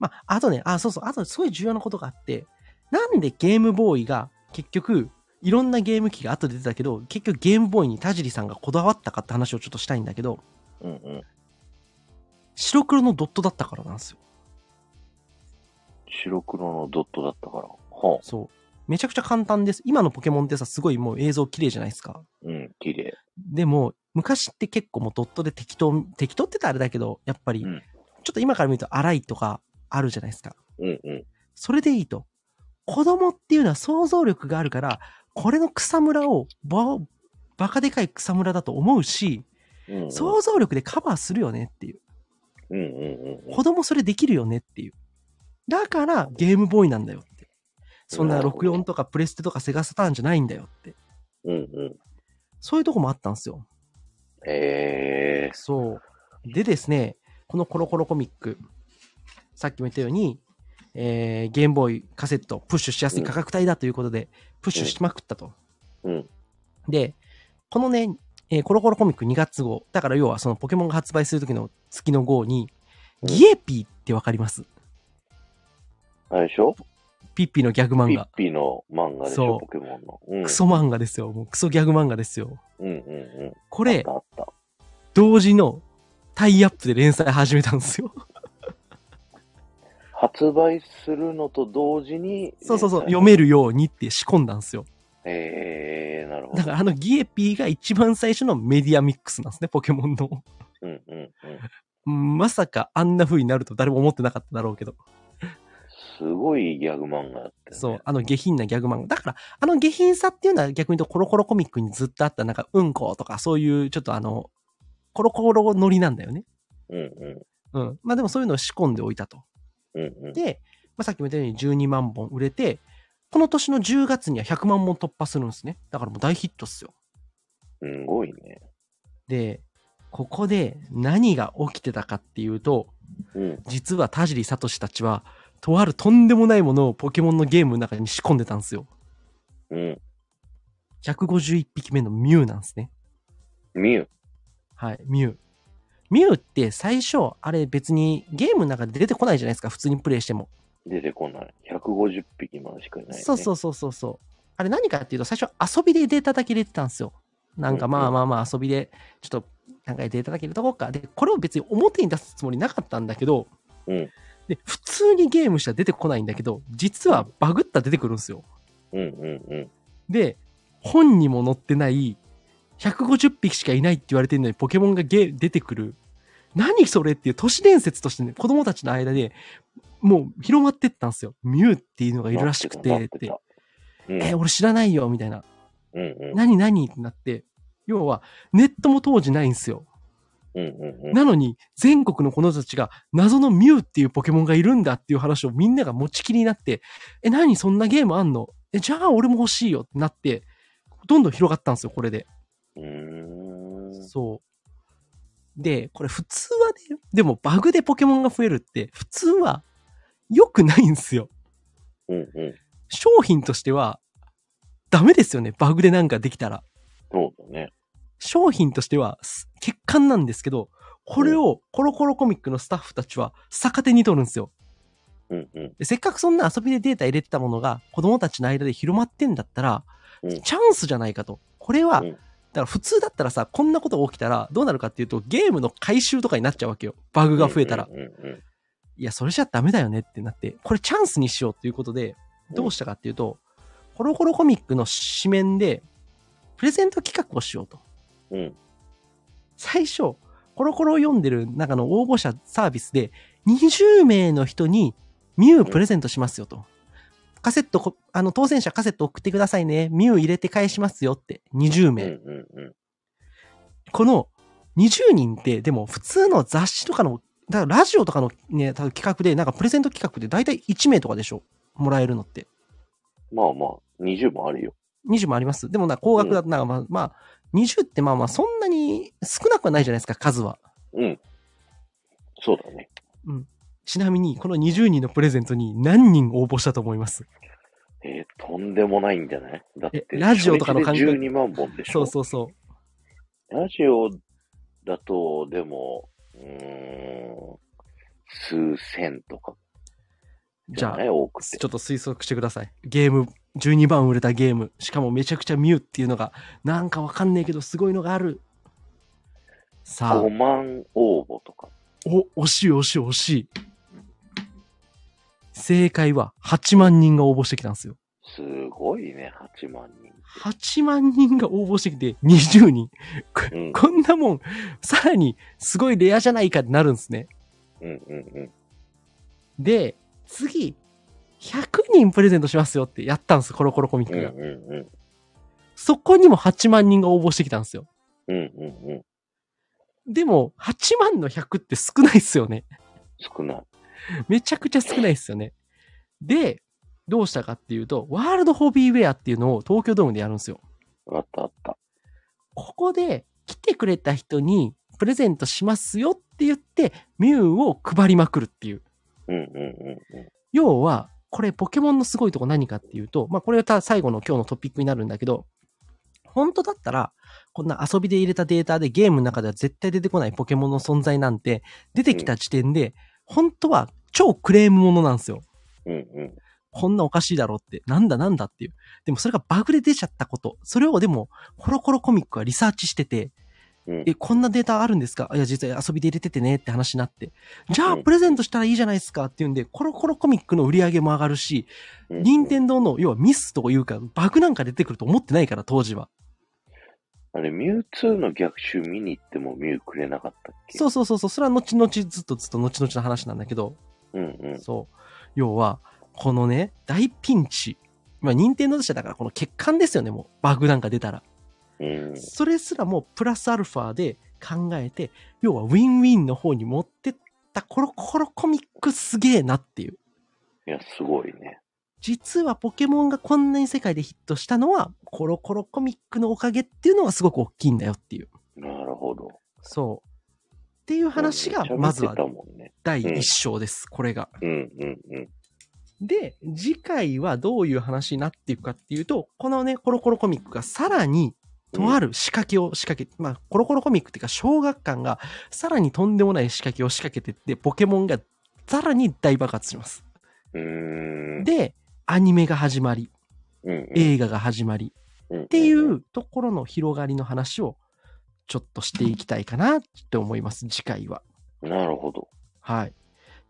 B: まあ、あとね、あ、そうそう、あとすごい重要なことがあって、なんでゲームボーイが結局、いろんなゲーム機が後で出てたけど、結局ゲームボーイに田尻さんがこだわったかって話をちょっとしたいんだけど、
A: うんうん。
B: 白黒のドットだったからなんですよ。
A: 白黒のドットだったから。はあ。
B: そう。めちゃくちゃ簡単です。今のポケモンってさ、すごいもう映像綺麗じゃないですか。
A: うん、綺麗。
B: でも、昔って結構もうドットで適当、適当って言ったらあれだけど、やっぱり、
A: うん
B: ちょっと今から見ると荒いとかあるじゃないですか。
A: うんうん。
B: それでいいと。子供っていうのは想像力があるから、これの草むらをば、バカでかい草むらだと思うし、
A: うんうん、
B: 想像力でカバーするよねっていう。
A: うんうんうんうん。
B: 子供それできるよねっていう。だからゲームボーイなんだよって。そんな
A: なるほど
B: 64とかプレステとかセガサターンじゃないんだよって。
A: うんうん。
B: そういうとこもあったんですよ。
A: え
B: そう。でですね、このコロコロコミック、さっきも言ったように、えーゲームボーイカセット、プッシュしやすい価格帯だということで、プッシュしまくったと。
A: ー。うん。
B: で、このね、えーコロコロコミック2月号、だから要はそのポケモンが発売する時の月の号に、
A: うん
B: ギエピーってわかります
A: あれでしょ
B: ピッピーのギャグ漫
A: ピッ
B: 画。
A: ピの漫画でし
B: そう
A: ょポケモンの。うん。
B: クソ漫画ですよ。もうクソギャグ漫画ですよ。
A: うんうんうん。
B: こ
A: こ
B: れ、
A: あったあっ
B: 同時のタイアップで連載始めた んですよ。
A: た。発売するのと同時に。
B: そうそうそう。
A: 連載
B: 読めるようにって仕込んだんですよ。
A: えー、なるほど
B: だ。からあのギエピーが一番最初のメディアミックスなんですね、ポケモンの。
A: うんうんうん。
B: うんまさかあんな風になると誰も思ってなかっただろうけど。
A: すごいギャグ漫画だったよね。
B: そう、あの下品なギャグ漫画。だから、あの下品さっていうのは逆に言うとコロコロコミックにずっとあった、なんかうんことか、そういうちょっとあの、コロコロノリなんだよね。
A: うんう
B: うん。まあでもそういうのを仕込んでおいたと。
A: ん。うんうん。
B: で、まあ、さっきも言ったように12万本売れて、この年の10月には100万本突破するんですね。だからもう大ヒットっすよ。
A: すごいね。
B: で、ここで何が起きてたかっていうと、
A: うん。
B: 実は田尻聡たちは、とあるとんでもないものをポケモンのゲームの中に仕込んでたんですよ。
A: うん。
B: 151匹目のミュウなんですね。
A: ミュウ。
B: はい、ミュウ。ミュウって最初、あれ別にゲームの中で出てこないじゃないですか、普通にプレイしても。
A: 出てこない。150匹までしかいない、ね。
B: そうそうそうそうそう。あれ何かっていうと、最初遊びでデータだけ入れてたんですよ。なんか
A: うんうん
B: まあまあまあ遊びで、ちょっとなんかデータだけ入れとこうか。で、これを別に表に出すつもりなかったんだけど、
A: うん
B: で、普通にゲームしたら出てこないんだけど、実はバグったら出てくるんですよ。
A: うんうんうん。
B: で、本にも載ってない150匹しかいないって言われてるのにポケモンがゲ出てくる何それっていう都市伝説としてね子供たちの間でもう広まってったんですよミュウっていうのがいるらしくて
A: な
B: って
A: たなたうん
B: え俺知らないよみたいな
A: うんうん
B: 何何ってなって要はネットも当時ないんですよ
A: うんうんうん
B: なのに、全国の子供たちが謎のミュウっていうポケモンがいるんだっていう話をみんなが持ちきりになって、え、何そんなゲームあんのえ、じゃあ俺も欲しいよってなって、どんどん広がったんですよ、これで。
A: うーん
B: そう。で、これ普通はね、でもバグでポケモンが増えるって、普通は良くないんですよ。
A: うんうん
B: 商品としては、ダメですよね、バグでなんかできたら。
A: そうだね
B: 商品としてはす欠陥なんですけど、これをコロコロコミックのスタッフたちは逆手に取るんですよ。
A: うんうん
B: でせっかくそんな遊びでデータ入れてたものが子供たちの間で広まってんだったら、
A: うん
B: チャンスじゃないかと。これは、
A: うん
B: だから普通だったらさ、こんなことが起きたらどうなるかっていうとゲームの回収とかになっちゃうわけよ。バグが増えたら。
A: うんうん
B: いや、それじゃダメだよねってなって、これチャンスにしようということで、どうしたかっていうと、コロコロコミックの紙面でプレゼント企画をしようと。
A: うんうん
B: 最初、コロコロを読んでる中の応募者サービスで、20名の人にミュウプレゼントしますよと。カセットこ、あの、当選者カセット送ってくださいね。ミュウ入れて返しますよって、20
A: うん
B: 名。
A: うんうん
B: この20人って、でも普通の雑誌とかの、だからラジオとかのね、多分企画で、なんかプレゼント企画で大体1名とかでしょ。もらえるのって。
A: まあまあ20もあるよ
B: 20もあります。でもな、高額だとなんかまあ、まあ、20ってまあまあ、そんなに少なくはないじゃないですか、数は。
A: うんそうだね
B: ちなみに、この20人のプレゼントに何人応募したと思います
A: えー、とんでもないんじゃないだって
B: えラジオとかの感覚
A: 初日で12万本でし
B: そ
A: ょ
B: うそうそ
A: ラジオだと、でも、うーん、数千とか
B: う。
A: じ
B: じ
A: ゃ
B: ゃ
A: な
B: あ、
A: い多くて
B: ち。ょっと推測してください。ゲーム、12番売れたゲーム。しかもめちゃくちゃミュウっていうのが、なんかわかんねえけど、すごいのがある。さあ
A: 5、万応募とか。
B: お、惜しい惜しい惜しい。正解は8万人が応募してきたんですよ。
A: すごいね、8万人。
B: 8万人が応募してきて20人。こ
A: うん
B: こんなもん、さらにすごいレアじゃないかってなるんですね。
A: うんうんうん。
B: で、次、100人プレゼントしますよってやったんです、コロコロコミ
A: う
B: ッ
A: ん
B: クが。
A: うんうん。
B: そこにも8万人が応募してきたんですよ。
A: うんうんうん。
B: でも、8万の100って少ないっすよね。
A: 少ない。
B: めちゃくちゃ少ないっすよね。で、どうしたかっていうと、ワールドホビーウェアっていうのを東京ドームでやるんですよ。
A: あったあった。
B: ここで来てくれた人にプレゼントしますよって言って、ミュウを配りまくるっていう。
A: うんうんうんうん。
B: 要は、これポケモンのすごいとこ何かっていうと、まあこれがた最後の今日のトピックになるんだけど、本当だったら、こんな遊びで入れたデータでゲームの中では絶対出てこないポケモンの存在なんて、出てきた時点で、本当は超クレームものなんですよ。
A: うんうん。
B: こんなおかしいだろうって、なんだなんだっていう。でもそれがバグで出ちゃったこと。それをでも、コロコロコミックはリサーチしてて、
A: うん
B: え、こんなデータあるんですかいや、実は遊びで入れててねって話になって。じゃあ、
A: うん
B: プレゼントしたらいいじゃないですかっていうんで、コロコロコミックの売り上げも上がるし、
A: うん
B: 任天堂の、要はミスというか、バグなんか出てくると思ってないから、当時は。
A: あれ、ミュウツーの逆襲見に行ってもミュウくれなかったっけ
B: そうそうそうそう、それは後々ずっとずっと後々の話なんだけど、
A: うんうん。
B: そう。要は、このね、大ピンチ。まあ、任天堂としてはだから、この欠陥ですよね、もう。バグなんか出たら。
A: うん
B: それすらもプラスアルファで考えて、要はウィンウィンの方に持ってったコロコロコミックすげえなっていう。
A: いや、すごいね。
B: 実はポケモンがこんなに世界でヒットしたのは、コロコロコミックのおかげっていうのがすごく大きいんだよっていう。
A: なるほど。
B: そう。っていう話が
A: めちゃ、めちゃ
B: まずは
A: 見てたもんね。
B: 第一章です。これが。
A: うんうんうん。
B: で、次回はどういう話になっていくかっていうと、このね、コロコロコミックがさらにとある仕掛けを仕掛け、まあ、コロコロコミックっていうか、小学館が、さらにとんでもない仕掛けを仕掛けてって、ポケモンがさらに大爆発します。
A: うーん。
B: で、アニメが始まり、
A: うんうん、
B: 映画が始まり、
A: っ
B: っていうところの広がりの話を、ちょっとしていきたいかなって思います、次回は。
A: なるほど。
B: はい。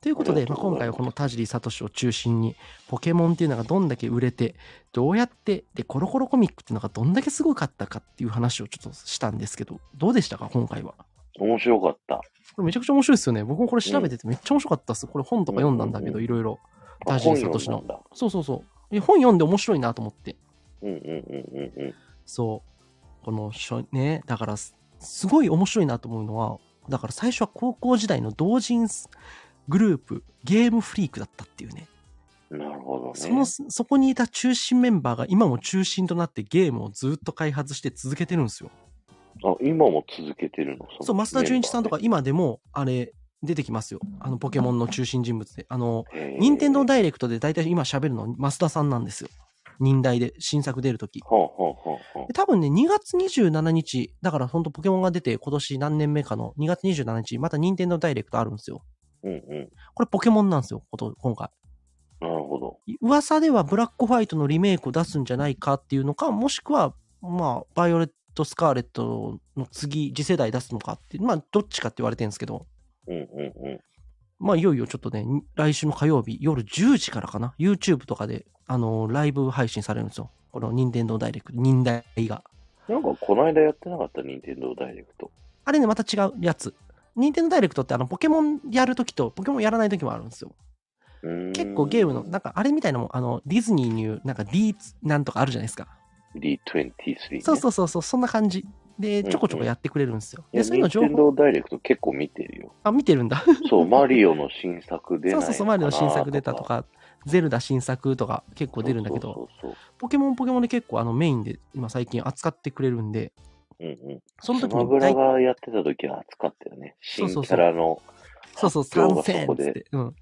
B: ということ
A: あ
B: で、
A: りが
B: まあ、
A: とうご
B: 今
A: ざいます
B: 回はこの田尻聡を中心に、ポケモンっていうのがどんだけ売れて、どうやって、で、コロコロコミックっていうのがどんだけすごかったかっていう話をちょっとしたんですけど、どうでしたか、今回は。
A: 面白かった。
B: これめちゃくちゃ面白いですよね。僕もこれ調べててめっちゃ面白かったです。これ本とか読んだんだけ
A: うんうん
B: ど、
A: うん
B: いろいろ。
A: あ
B: 田尻
A: 本
B: 聡
A: 読ん
B: の
A: だんだ。
B: そうそうそう。え本読んで面白いなと思って。
A: うんうんうんうんうん。
B: そう。この書、ね、だからす、すごい面白いなと思うのは、だから最初は高校時代の同人グループ、ゲームフリークだったっていうね。
A: なるほどね。
B: その、そこにいた中心メンバーが今も中心となってゲームをずっと開発して続けてるんですよ。
A: あ、今も続けてるの
B: そう、増田純一さんとか
A: メン
B: 今でも、あれ、出てきますよ。あの、ポケモンの中心人物で。あの、
A: バーね、へー
B: 任天堂ダイレクトで大体今喋るの増田さんなんですよ。任大で新作出るとき。
A: はあはあはあは
B: で多分ね、2月27日、だからほんとポケモンが出て今年何年目かの2月27日、また任天堂ダイレクトあるんですよ。
A: あ。うんうん。
B: これポケモンなんですよ、こと今回。
A: なるほど。
B: 噂ではブラックホワイトのリメイクを出すんじゃないかっていうのか、もしくは、まあ、バイオレット・スカーレットの次、次世代出すのかって、まあ、どっちかって言われてるんですけど、
A: うんうんうん。
B: まあ、いよいよちょっとね、に来週の火曜日、夜10時からかな、YouTube とかで、あのーライブ配信されるんですよ。この任天堂ダイレクト、任大が。
A: なんかこの間やってなかった、任天堂ダイレクト。
B: あれね、また違うやつ。任天堂ダイレクトって、あの、ポケモンやるときと、ポケモンやらないときもあるんですよ。
A: うーん
B: 結構ゲームの、なんか、あれみたいなのも、あの、ディズニーにいう、なんか D なんとかあるじゃないですか。
A: D23、ね。
B: そうそうそうそう、そんな感じ。で、
A: んうん
B: ちょこちょこやってくれるんですよ。
A: いや
B: で、そういうの情
A: 任天
B: 報、
A: 堂ダイレクト結構見てるよ。
B: あ、見てるんだ。
A: そう、マリオの新作出
B: そ
A: な
B: う
A: い
B: そうそう、マリオの新作出たと
A: か
B: か、ゼルダ新作とか結構
A: な、
B: 出るんだけど、
A: そうそう
B: ポケモンポケモンで結構あのメインで今最近扱ってくれるんで、
A: そう。うんうん。
B: その時
A: スマ
B: に
A: ブラ
B: 大、
A: がやってた時は熱かったよね。新
B: そう
A: キ
B: そうそう
A: ャラの
B: そうそう、
A: 発表がそ
B: 参戦
A: こ
B: っつっ
A: で
B: て。うん。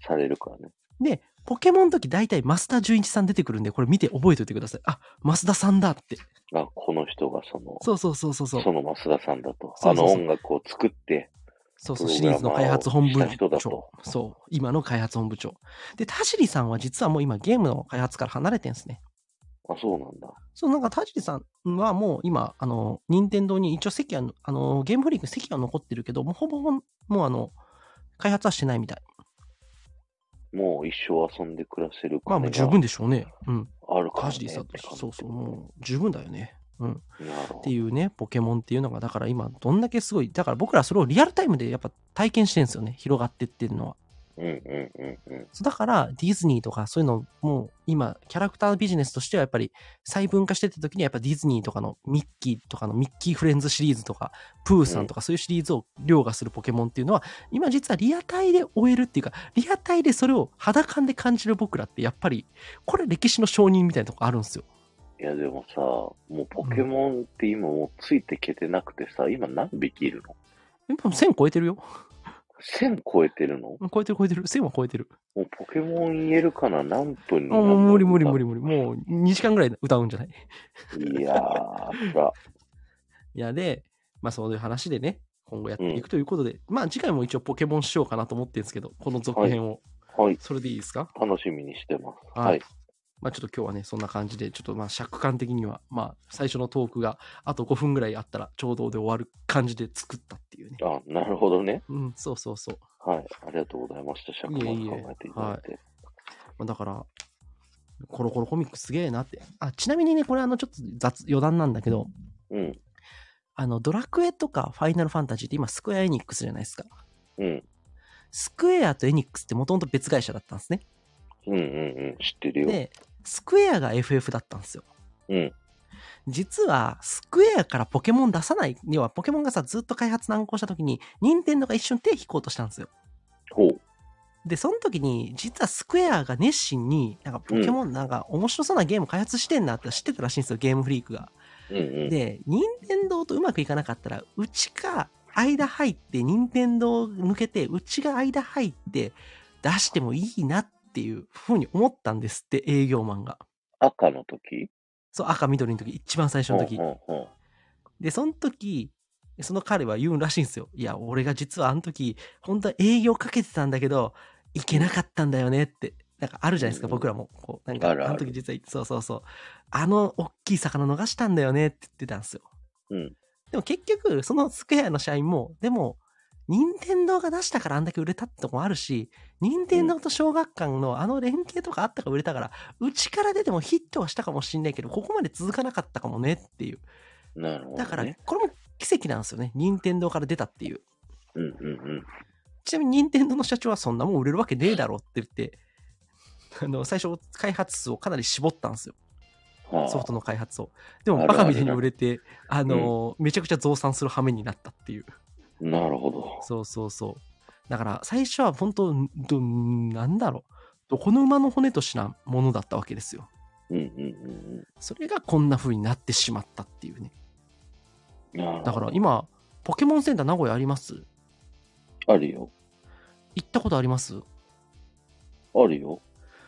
A: されるからね。
B: で、ポケモンの時大体増田純一さん出てくるんで、これ見て覚えておいてください。あ、増田さんだって。
A: あ、この人がその、
B: そうそうそうそうそう。
A: その増田さんだと。
B: そうそうそう
A: あの音楽を作って、
B: そう
A: プ
B: そ
A: ロ
B: う、シ
A: グ
B: リ
A: ラマ
B: ーズ
A: ー
B: の
A: を
B: 開発本部
A: した人だと
B: 長。そう、今の開発本部長。で、田尻さんは実はもう今ゲームの開発から離れてんですね。
A: あ、そうなんだ。
B: そう、なんか田尻さんはもう今、あの、任天堂に一応席は、あの、ゲームフリークに席は残ってるけど、もうほぼほぼ、もうあの、開発はしてないみたい。
A: もう一生遊んで暮らせる
B: まあ
A: 金
B: も
A: が
B: う十分でしょうね。うん。
A: あるから、
B: 田
A: ね。
B: 尻さんと
A: って感じ
B: そうそう、もう十分だよね。うん。
A: なるほど
B: っていうね、ポケモンっていうのが、だから今、どんだけすごい、だから僕らそれをリアルタイムでやっぱ体験してるんですよね。広がってってるのは。
A: うんうんうんうん。
B: そうだから、ディズニーとかそういうのも、今、キャラクタービジネスとしてはやっぱり細分化してった時にはやっぱディズニーとかのミッキーとかのミッキーフレンズシリーズとか、プーさんとかそういうシリーズを凌駕するポケモンっていうのは、今実はリアタイで終えるっていうか、リアタイでそれを肌感で感じる僕らってやっぱり、これ歴史の承認みたいなとこあるんですよ。
A: いやでもさ、もうポケモンって今もうついてけてなくてさ、今何匹いるの
B: やっぱ1000超えてるよ。
A: ?1000 超えてるのも
B: 超えてる超えてる。1000は超えてる。
A: うポケモン言えるかな何分に
B: あもう無理無理無理
A: 理。
B: 無理。もう2時間ぐらい歌うんじゃない
A: いやー、さ、
B: いや、で、まあそういう話でね、今後やっていくということで、まあ次回も一応ポケモンしようかなと思ってるんですけど、この続編を、
A: はい、
B: それでいいですか
A: 楽しみにしてます。はい。
B: まあちょっと今日はね、そんな感じで、ちょっとまあ尺感的には、まあ最初のトークがあと5分ぐらいあったらちょうどで終わる感じで作ったっていうね。
A: あ、なるほどね。
B: うん、そうそうそう。
A: はい。ありがとうございました。尺まで考えていただいて。
B: まあ、だから、コロコロコミックすげえなって。あ、ちなみにね、これあのちょっと雑、余談なんだけど、
A: うん。
B: あの、ドラクエとかファイナルファンタジーって今スクエアエニックスじゃないですか。
A: うん。
B: スクエアとエニックスってもともと別会社だったんですね。
A: うんうんうん。知ってるよ。
B: で、スクエアが FF だったんですよ。
A: うん。
B: 実は、スクエアからポケモン出さない、要はポケモンがさ、ずっと開発難航した時に、任天堂が一瞬手引こうとしたんですよ。
A: ほう。
B: で、その時に、実はスクエアが熱心に、なんかポケモンなんか面白そうなゲーム開発してんなって知ってたらしいんですよ、ゲームフリークが。
A: うんうん。
B: で、任天堂とうまくいかなかったら、うちか、間入って、任天堂抜けて、うちが間入って、出してもいいなっていうふうに思ったんですって、営業マンが。
A: 赤の時
B: そう、赤緑の時、一番最初の時。
A: ほうほうほ
B: で、その時、その彼は言うんらしいんですよ。いや、俺が実はあの時、本当は営業かけてたんだけど、行けなかったんだよねって。なんかあるじゃないですか、
A: うん
B: 僕らも。こう、なんか、あ
A: あるある
B: の時実は、そうそうそう。あの、大きい魚逃したんだよねって言ってたんですよ。
A: うん
B: でも結局、そのスクエアの社員も、でも、任天堂が出したからあんだけ売れたってとこもあるし、任天堂と小学館のあの連携とかあったから売れたから、うちから出てもヒットはしたかもしんないけど、ここまで続かなかったかもねっていう。
A: なるほど、ね。
B: だから、これも奇跡なんですよね。任天堂から出たっていう。
A: うんうんうん。
B: ちなみに任天堂の社長はそんなもん売れるわけねえだろって言って、あの、最初開発数をかなり絞ったんですよ。
A: はあ、
B: ソフトの開発を。で
A: あ
B: も
A: るあ
B: バ
A: る
B: カみたいに売れて、あの、めちゃくちゃ増産する羽目になったっていう。
A: なるほど。
B: そうそうそう。だから最初は本当、んどなんだろう。どこの馬の骨としなものだったわけですよ。
A: うんうんうん
B: それがこんな風になってしまったっていうね。
A: うん。なるほど。
B: だから今、ポケモンセンター名古屋あります
A: あるよ。
B: 行ったことあります
A: あるよ。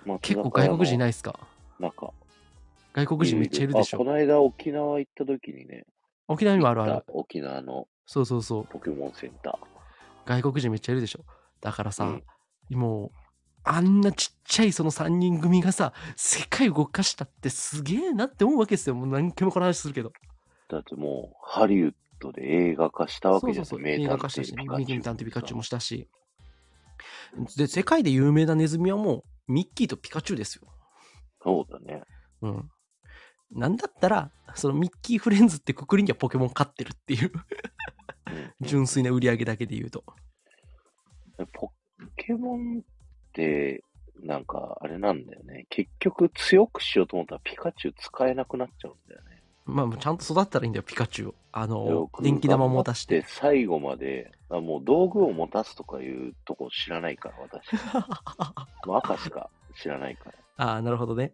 A: 松
B: 結構
A: 坂屋
B: 外
A: の
B: 国人いないですか
A: 中。
B: 外国人めっちゃいるでし
A: あこ
B: ょ。
A: の間沖縄行った時にね。
B: 沖縄にもあるあ
A: 行っ
B: る。
A: た沖縄の
B: そうそうそう。
A: ポケモンセンタ
B: 外国人めっちゃいるでしょ。だからさ、
A: うん
B: もう、あんなちっちゃいその3人組がさ、世界動かしたってすげえなって思うわけですよ。もう何回もこの話するけど。
A: ー。だってもう、ハリウッドで映画化したわ
B: そ
A: け
B: う
A: じ
B: そ
A: ゃ。
B: うんそう。
A: 名
B: 映画
A: 探
B: 化した
A: 偵
B: し、
A: ピ
B: ミ
A: カチュウ。
B: キンタンとピカチュウもしたし。で、世界で有名なネズミはもう、ミッキーとピカチュウですよ。
A: そうだね。
B: うん。なんだったら、そのミッキーフレンズってくくりにはポケモン飼ってるっていう、
A: うん
B: 純粋な売り上げだけで言うと。
A: ポケモンって、なんか、あれなんだよね。結局、強くしようと思ったらピカチュウ使えなくなっちゃうんだよね。
B: まあ、ちゃんと育ったらいいんだよ、ピカチュウを。あの
A: よ、く
B: 電気玉も出し
A: で
B: て。、
A: 最後まで、あもう道具を持たすとかいうとこ知らないから、 私。もう赤しか知らないから。
B: ああ、なるほどね。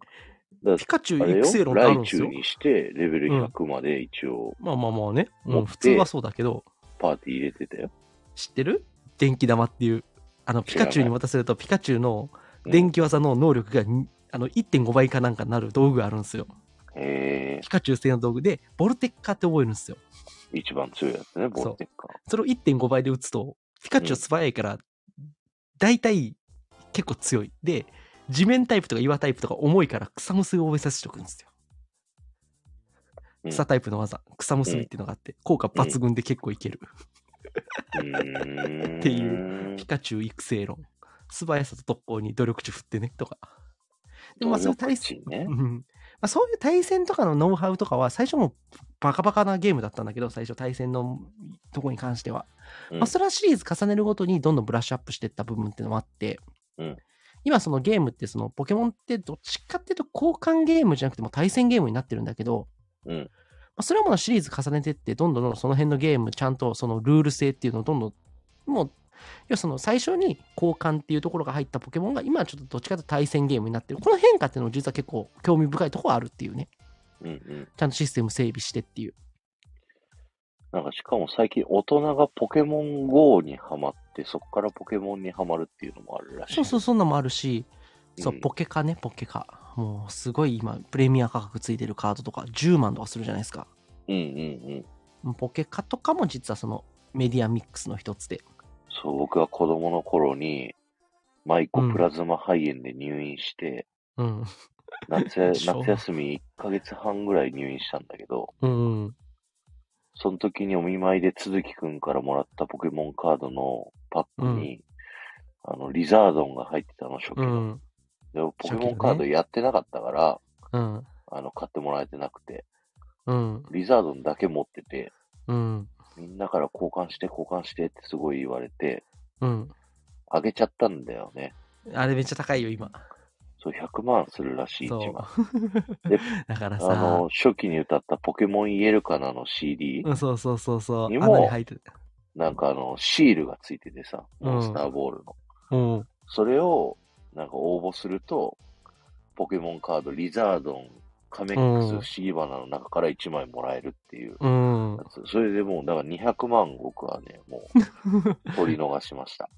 A: だ
B: ピ
A: か
B: カチ
A: ら、あ
B: ュウ
A: れよ
B: 育成論ってある
A: 来
B: んです
A: 中
B: よ。
A: にして、レベル100まで一応、
B: まあまあまあね。う
A: 持っ
B: ん、
A: て
B: 普通はそうだけど、
A: パーティー入れてたよ。
B: 知ってる電気玉っていう。あの、ピ
A: 知ら
B: カ
A: ない
B: チュウに渡せると、ピカチュウの
A: うん
B: 電気技の能力がに、あの、1.5倍かなんかになる道具があるんですよ。
A: え
B: ピカチュウ製の道具で、ボルテッカって覚えるんですよ。
A: ー、一番強いやつね、ボルテッカ。
B: それを1.5倍で打つと、ピカチュウ素早いから、大体結構強い。で、地面タイプとか岩タイプとか重いから草むすびを覚えさせておくんですよ。
A: うん
B: 草タイプの技、草むすびっていうのがあって、効果抜群で結構いける。
A: うーん。。
B: っていうピカチュウ育成論。素早さと特攻に努力値振ってね、とか。でもまあそういう対戦、
A: ね
B: う。んまあ、そういう対戦とかのノウハウとかは、最初もうバカバカなゲームだったんだけど、最初対戦のとこに関しては。
A: うん
B: まあ、それはシリーズ重ねるごとにどんどんブラッシュアップしていった部分っていうのもあって、
A: うん
B: 今そのゲームってそのポケモンってどっちかっていうと交換ゲームじゃなくてもう対戦ゲームになってるんだけど、
A: うん
B: まあ、それはもうシリーズ重ねてってどんどんどんどんその辺のゲームちゃんとそのルール性っていうのをどんどんもう要はその最初に交換っていうところが入ったポケモンが今はちょっとどっちかというと対戦ゲームになってるこの変化っていうのも実は結構興味深いところはあるっていうね
A: うんうん。
B: ちゃんとシステム整備してっていう
A: なんかしかも最近大人がポケモン GO にハマって、そこからポケモンにハマるっていうのもあるらしい。
B: そうそうそんなのもあるしそう
A: うん
B: ポケカねポケカもうすごい今プレミア価格ついてるカードとか10万とかするじゃないですか
A: うんうんうん。
B: ポケカとかも実はそのメディアミックスの一つで
A: そう、僕は子供の頃に、マイコプラズマ肺炎で入院して、
B: うん
A: 夏や
B: しょう
A: 夏休み1ヶ月半ぐらい入院したんだけど、
B: うんうん
A: その時にお見舞いで鈴木くんからもらったポケモンカードのパックに、あの、リザードンが入ってたの、初期
B: う
A: の。
B: ん
A: でもポケ
B: 初期
A: モ
B: の
A: ン
B: ね
A: カードやってなかったから、
B: うん
A: あの、買ってもらえてなくて、
B: うん
A: リザードンだけ持ってて、
B: うん
A: みんなから交換して交換してってすごい言われて、
B: うん
A: あげちゃったんだよね。
B: あれめっちゃ高いよ今
A: そう、100万するらしい、
B: そ
A: 1
B: う
A: 万。で
B: だから
A: あ
B: さ
A: の、初期に歌ったポケモンイエルカナの CD、
B: うんそうそうそうそう
A: にも
B: 穴に入ってた
A: なんかあの、シールがついててさ、
B: うん
A: モンスターボールの。
B: うん
A: それを、なんか応募すると、ポケモンカード、リザードン、カメックス、
B: う
A: 不
B: ん
A: 思議花の中から1枚もらえるっていう
B: うん
A: や つ。それでもう、だから200万僕はね、もう、取り逃しました。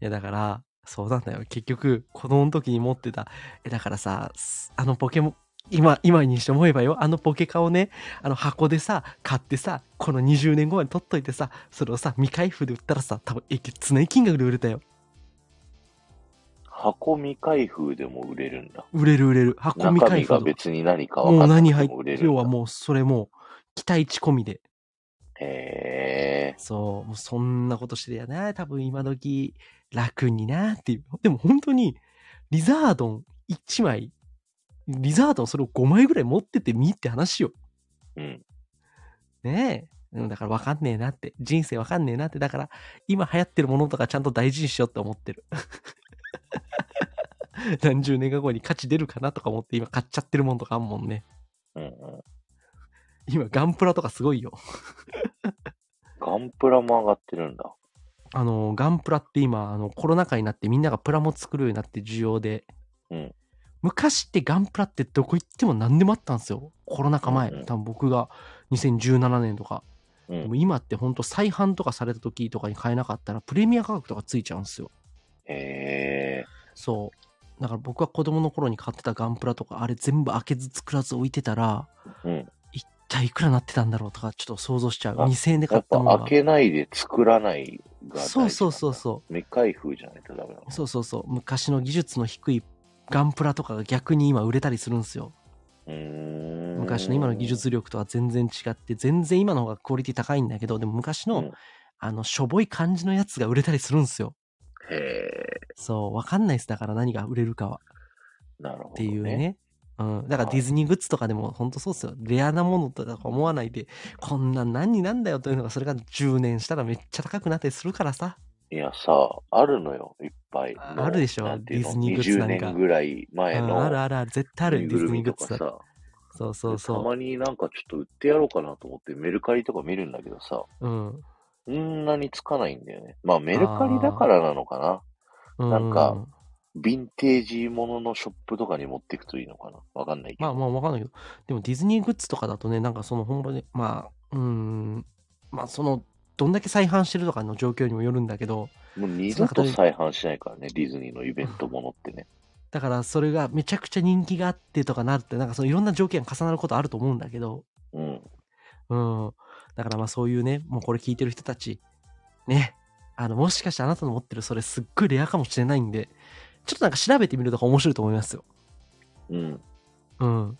B: いやだからそうなんだよ結局子供の時に持ってたえだからさすあのポケモン今今にして思えばよあのポケカをねあの箱でさ買ってさこの20年後まで取っといてさそれをさ未開封で売ったらさ多分えげつない金額で売れたよ
A: 箱未開封でも売れるんだ。
B: 売れる売れる箱未
A: 中
B: 開
A: 身
B: 封
A: が
B: とか
A: 別に何か
B: も
A: 分か
B: うん
A: な
B: 何
A: く
B: 入
A: て
B: っ
A: も売れるんだ。
B: 要はもうそれもう期待値込みで
A: へね。
B: そう、もうそんなことしてりゃな、多分今時楽になっていう。でも本当に、リザードン1枚、リザードンそれを5枚ぐらい持っててみって話よ。
A: うん。
B: ねえ。うんだから分かんねえなって。人生分かんねえなって。だから、今流行ってるものとかちゃんと大事にしようって思ってる。 何十年か後に価値出るかなとか思って今買っちゃってるもんとかあんもんね。
A: うんうん。
B: 今ガンプラとかすごいよ。
A: ガンプラも上がってるんだ。
B: あの、ガンプラって今、あの、コロナ禍になってみんながプラモ作るようになって需要で。
A: うん
B: 昔ってガンプラってどこ行っても何でもあったんですよ。コロナ禍前。
A: うんうん
B: 多分僕が2017年とか。
A: う
B: で
A: ん
B: も。今ってほんと再販とかされた時とかに買えなかったらプレミア価格とかついちゃうんですよ。
A: へえ
B: そう。だから僕は子供の頃に買ってたガンプラとかあれ全部開けず作らず置いてたら、
A: うん
B: 一体いくらなってたんだろうとかちょっと想像しちゃう。
A: あ
B: 2000円で買
A: や
B: っ
A: った
B: もの
A: ぱ
B: が
A: 開。けないで作らないが大事なんだ
B: そうそうそうそう。
A: 未開封じゃないとダメなの。
B: そうそうそう昔の技術の低いガンプラとかが逆に今売れたりするんですよ
A: うーん
B: 昔の今の技術力とは全然違って全然今の方がクオリティ高いんだけどでも昔の、
A: うん
B: あのしょぼい感じのやつが売れたりするんですよ
A: へえ
B: そうわかんないですだから何が売れるかは
A: なるほど、ね。
B: っていうねうん、だから
A: はい
B: ディズニーグッズとかでも本当そうっすよレアなものとか思わないでこんなん何になんだよというのがそれが10年したらめっちゃ高くなったりするからさ
A: いやさ、あるのよ、いっぱい。
B: あ
A: もう
B: あるでしょ
A: なんていうの
B: ディズニーグッズなんか
A: 20年ぐらい前
B: うん
A: の。
B: あるあるある絶対あ
A: ぬ
B: る
A: いぐ
B: ディズ
A: る
B: ニ
A: み
B: ーグ
A: と
B: ッ
A: か
B: ズだ
A: さ
B: ってそうそう
A: た
B: そ
A: まになんかちょっと売ってやろうかなと思ってメルカリとか見るんだけどさ、
B: う、うん
A: そんなにつかないんだよね。まあメルカリだからなのかな。
B: うん
A: なんかヴィンテージもののショップとかに持っていくといいのかな。わかんないけ
B: ま
A: ど。
B: あまあわかんないけど、でもディズニーグッズとかだとね、なんかその本物で、まあ、うーん、まあその、どんだけ再販してるとかの状況にもよるんだけど、
A: もう二度と再販しないからね、ディズニーのイベントものってね。
B: だからそれがめちゃくちゃ人気があってとかなるって、なんかそのいろんな条件が重なることあると思うんだけど、
A: うん。
B: うん。だからまあそういうね、もうこれ聞いてる人たち、ね、あの、もしかしてあなたの持ってるそれすっごいレアかもしれないんで、ちょっとなんか調べてみるとか面白いと思いますよ。
A: うん。
B: うん。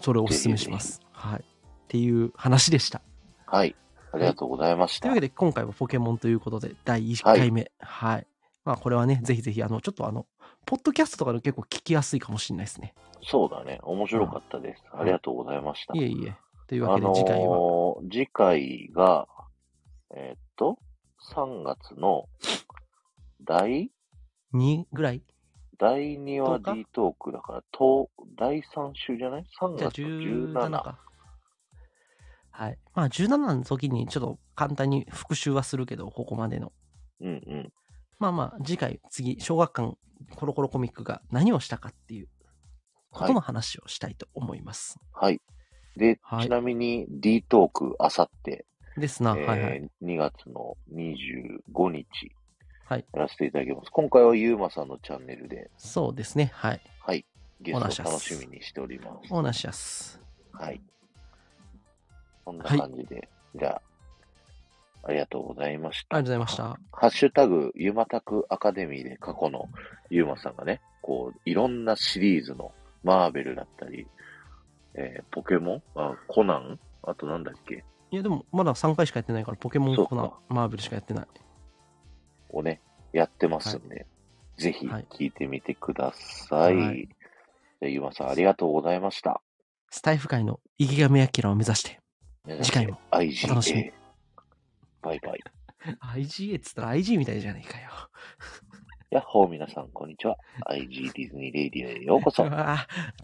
B: それをおすすめします。はい。っていう話でした。
A: はい。ありがとうございまし
B: と
A: た。
B: いうわけで今回はポケモンということで第1回目はい、まあこれはねぜひぜひあのちょっとあのポッドキャストとかで結構聞きやすいかもしれないですね
A: そうだね。面白かったです。
B: ん
A: ありがとうございました。
B: いえいえという
A: あ
B: わけで
A: の
B: 次回は
A: ー次回が、えーっと、3月の第、
B: 2ぐらい
A: 第2話
B: 10日
A: D トークだから、と第3週じゃない ?3
B: じゃあ
A: 月
B: 17
A: 17。
B: かはいまあ17の時にちょっと簡単に復習はするけどここまでの
A: うんうん。
B: まあまあ次回次小学館コロコロコミックが何をしたかっていうことの話をしたいと思います、
A: はい。で、
B: はい
A: ちなみに D トーク、あさって、
B: ですな、
A: えー
B: はいはい
A: 2月の25日、
B: はい
A: やらせていただきます。今回はゆうまさんのチャンネルで、
B: そうですねはい
A: はい、ゲス
B: お願い
A: ト
B: し
A: を
B: ます
A: 楽しみにしております。
B: オーナシアス
A: はい。こんな
B: はい
A: 感じで、じゃあ、ありがとうございまし
B: あ
A: た。
B: りがとうございました
A: ハッシュタグ、ゆまたくアカデミーで過去のゆうまさんがね、こう、いろんなシリーズのマーベルだったり、えーポケモンあコナンあとなんだっけ
B: いやでもまだ3回しかやってないからポケモン
A: そう
B: コ
A: か
B: ナンマーベルしかやってない
A: をね、やってますんで、ぜひ
B: はい
A: 聞いてみてください。
B: はい
A: じゃあゆうまさんありがとうございました。
B: スタイフ界のイギガメアキラを目指して次回も
A: 目指せ
B: お楽しみ
A: IGA。バイバイ。
B: IGA っつったら IG みたいじゃねえかよ。
A: やっほー皆さん、こんにちは。IG ディズニーレイディオへようこそ
B: あ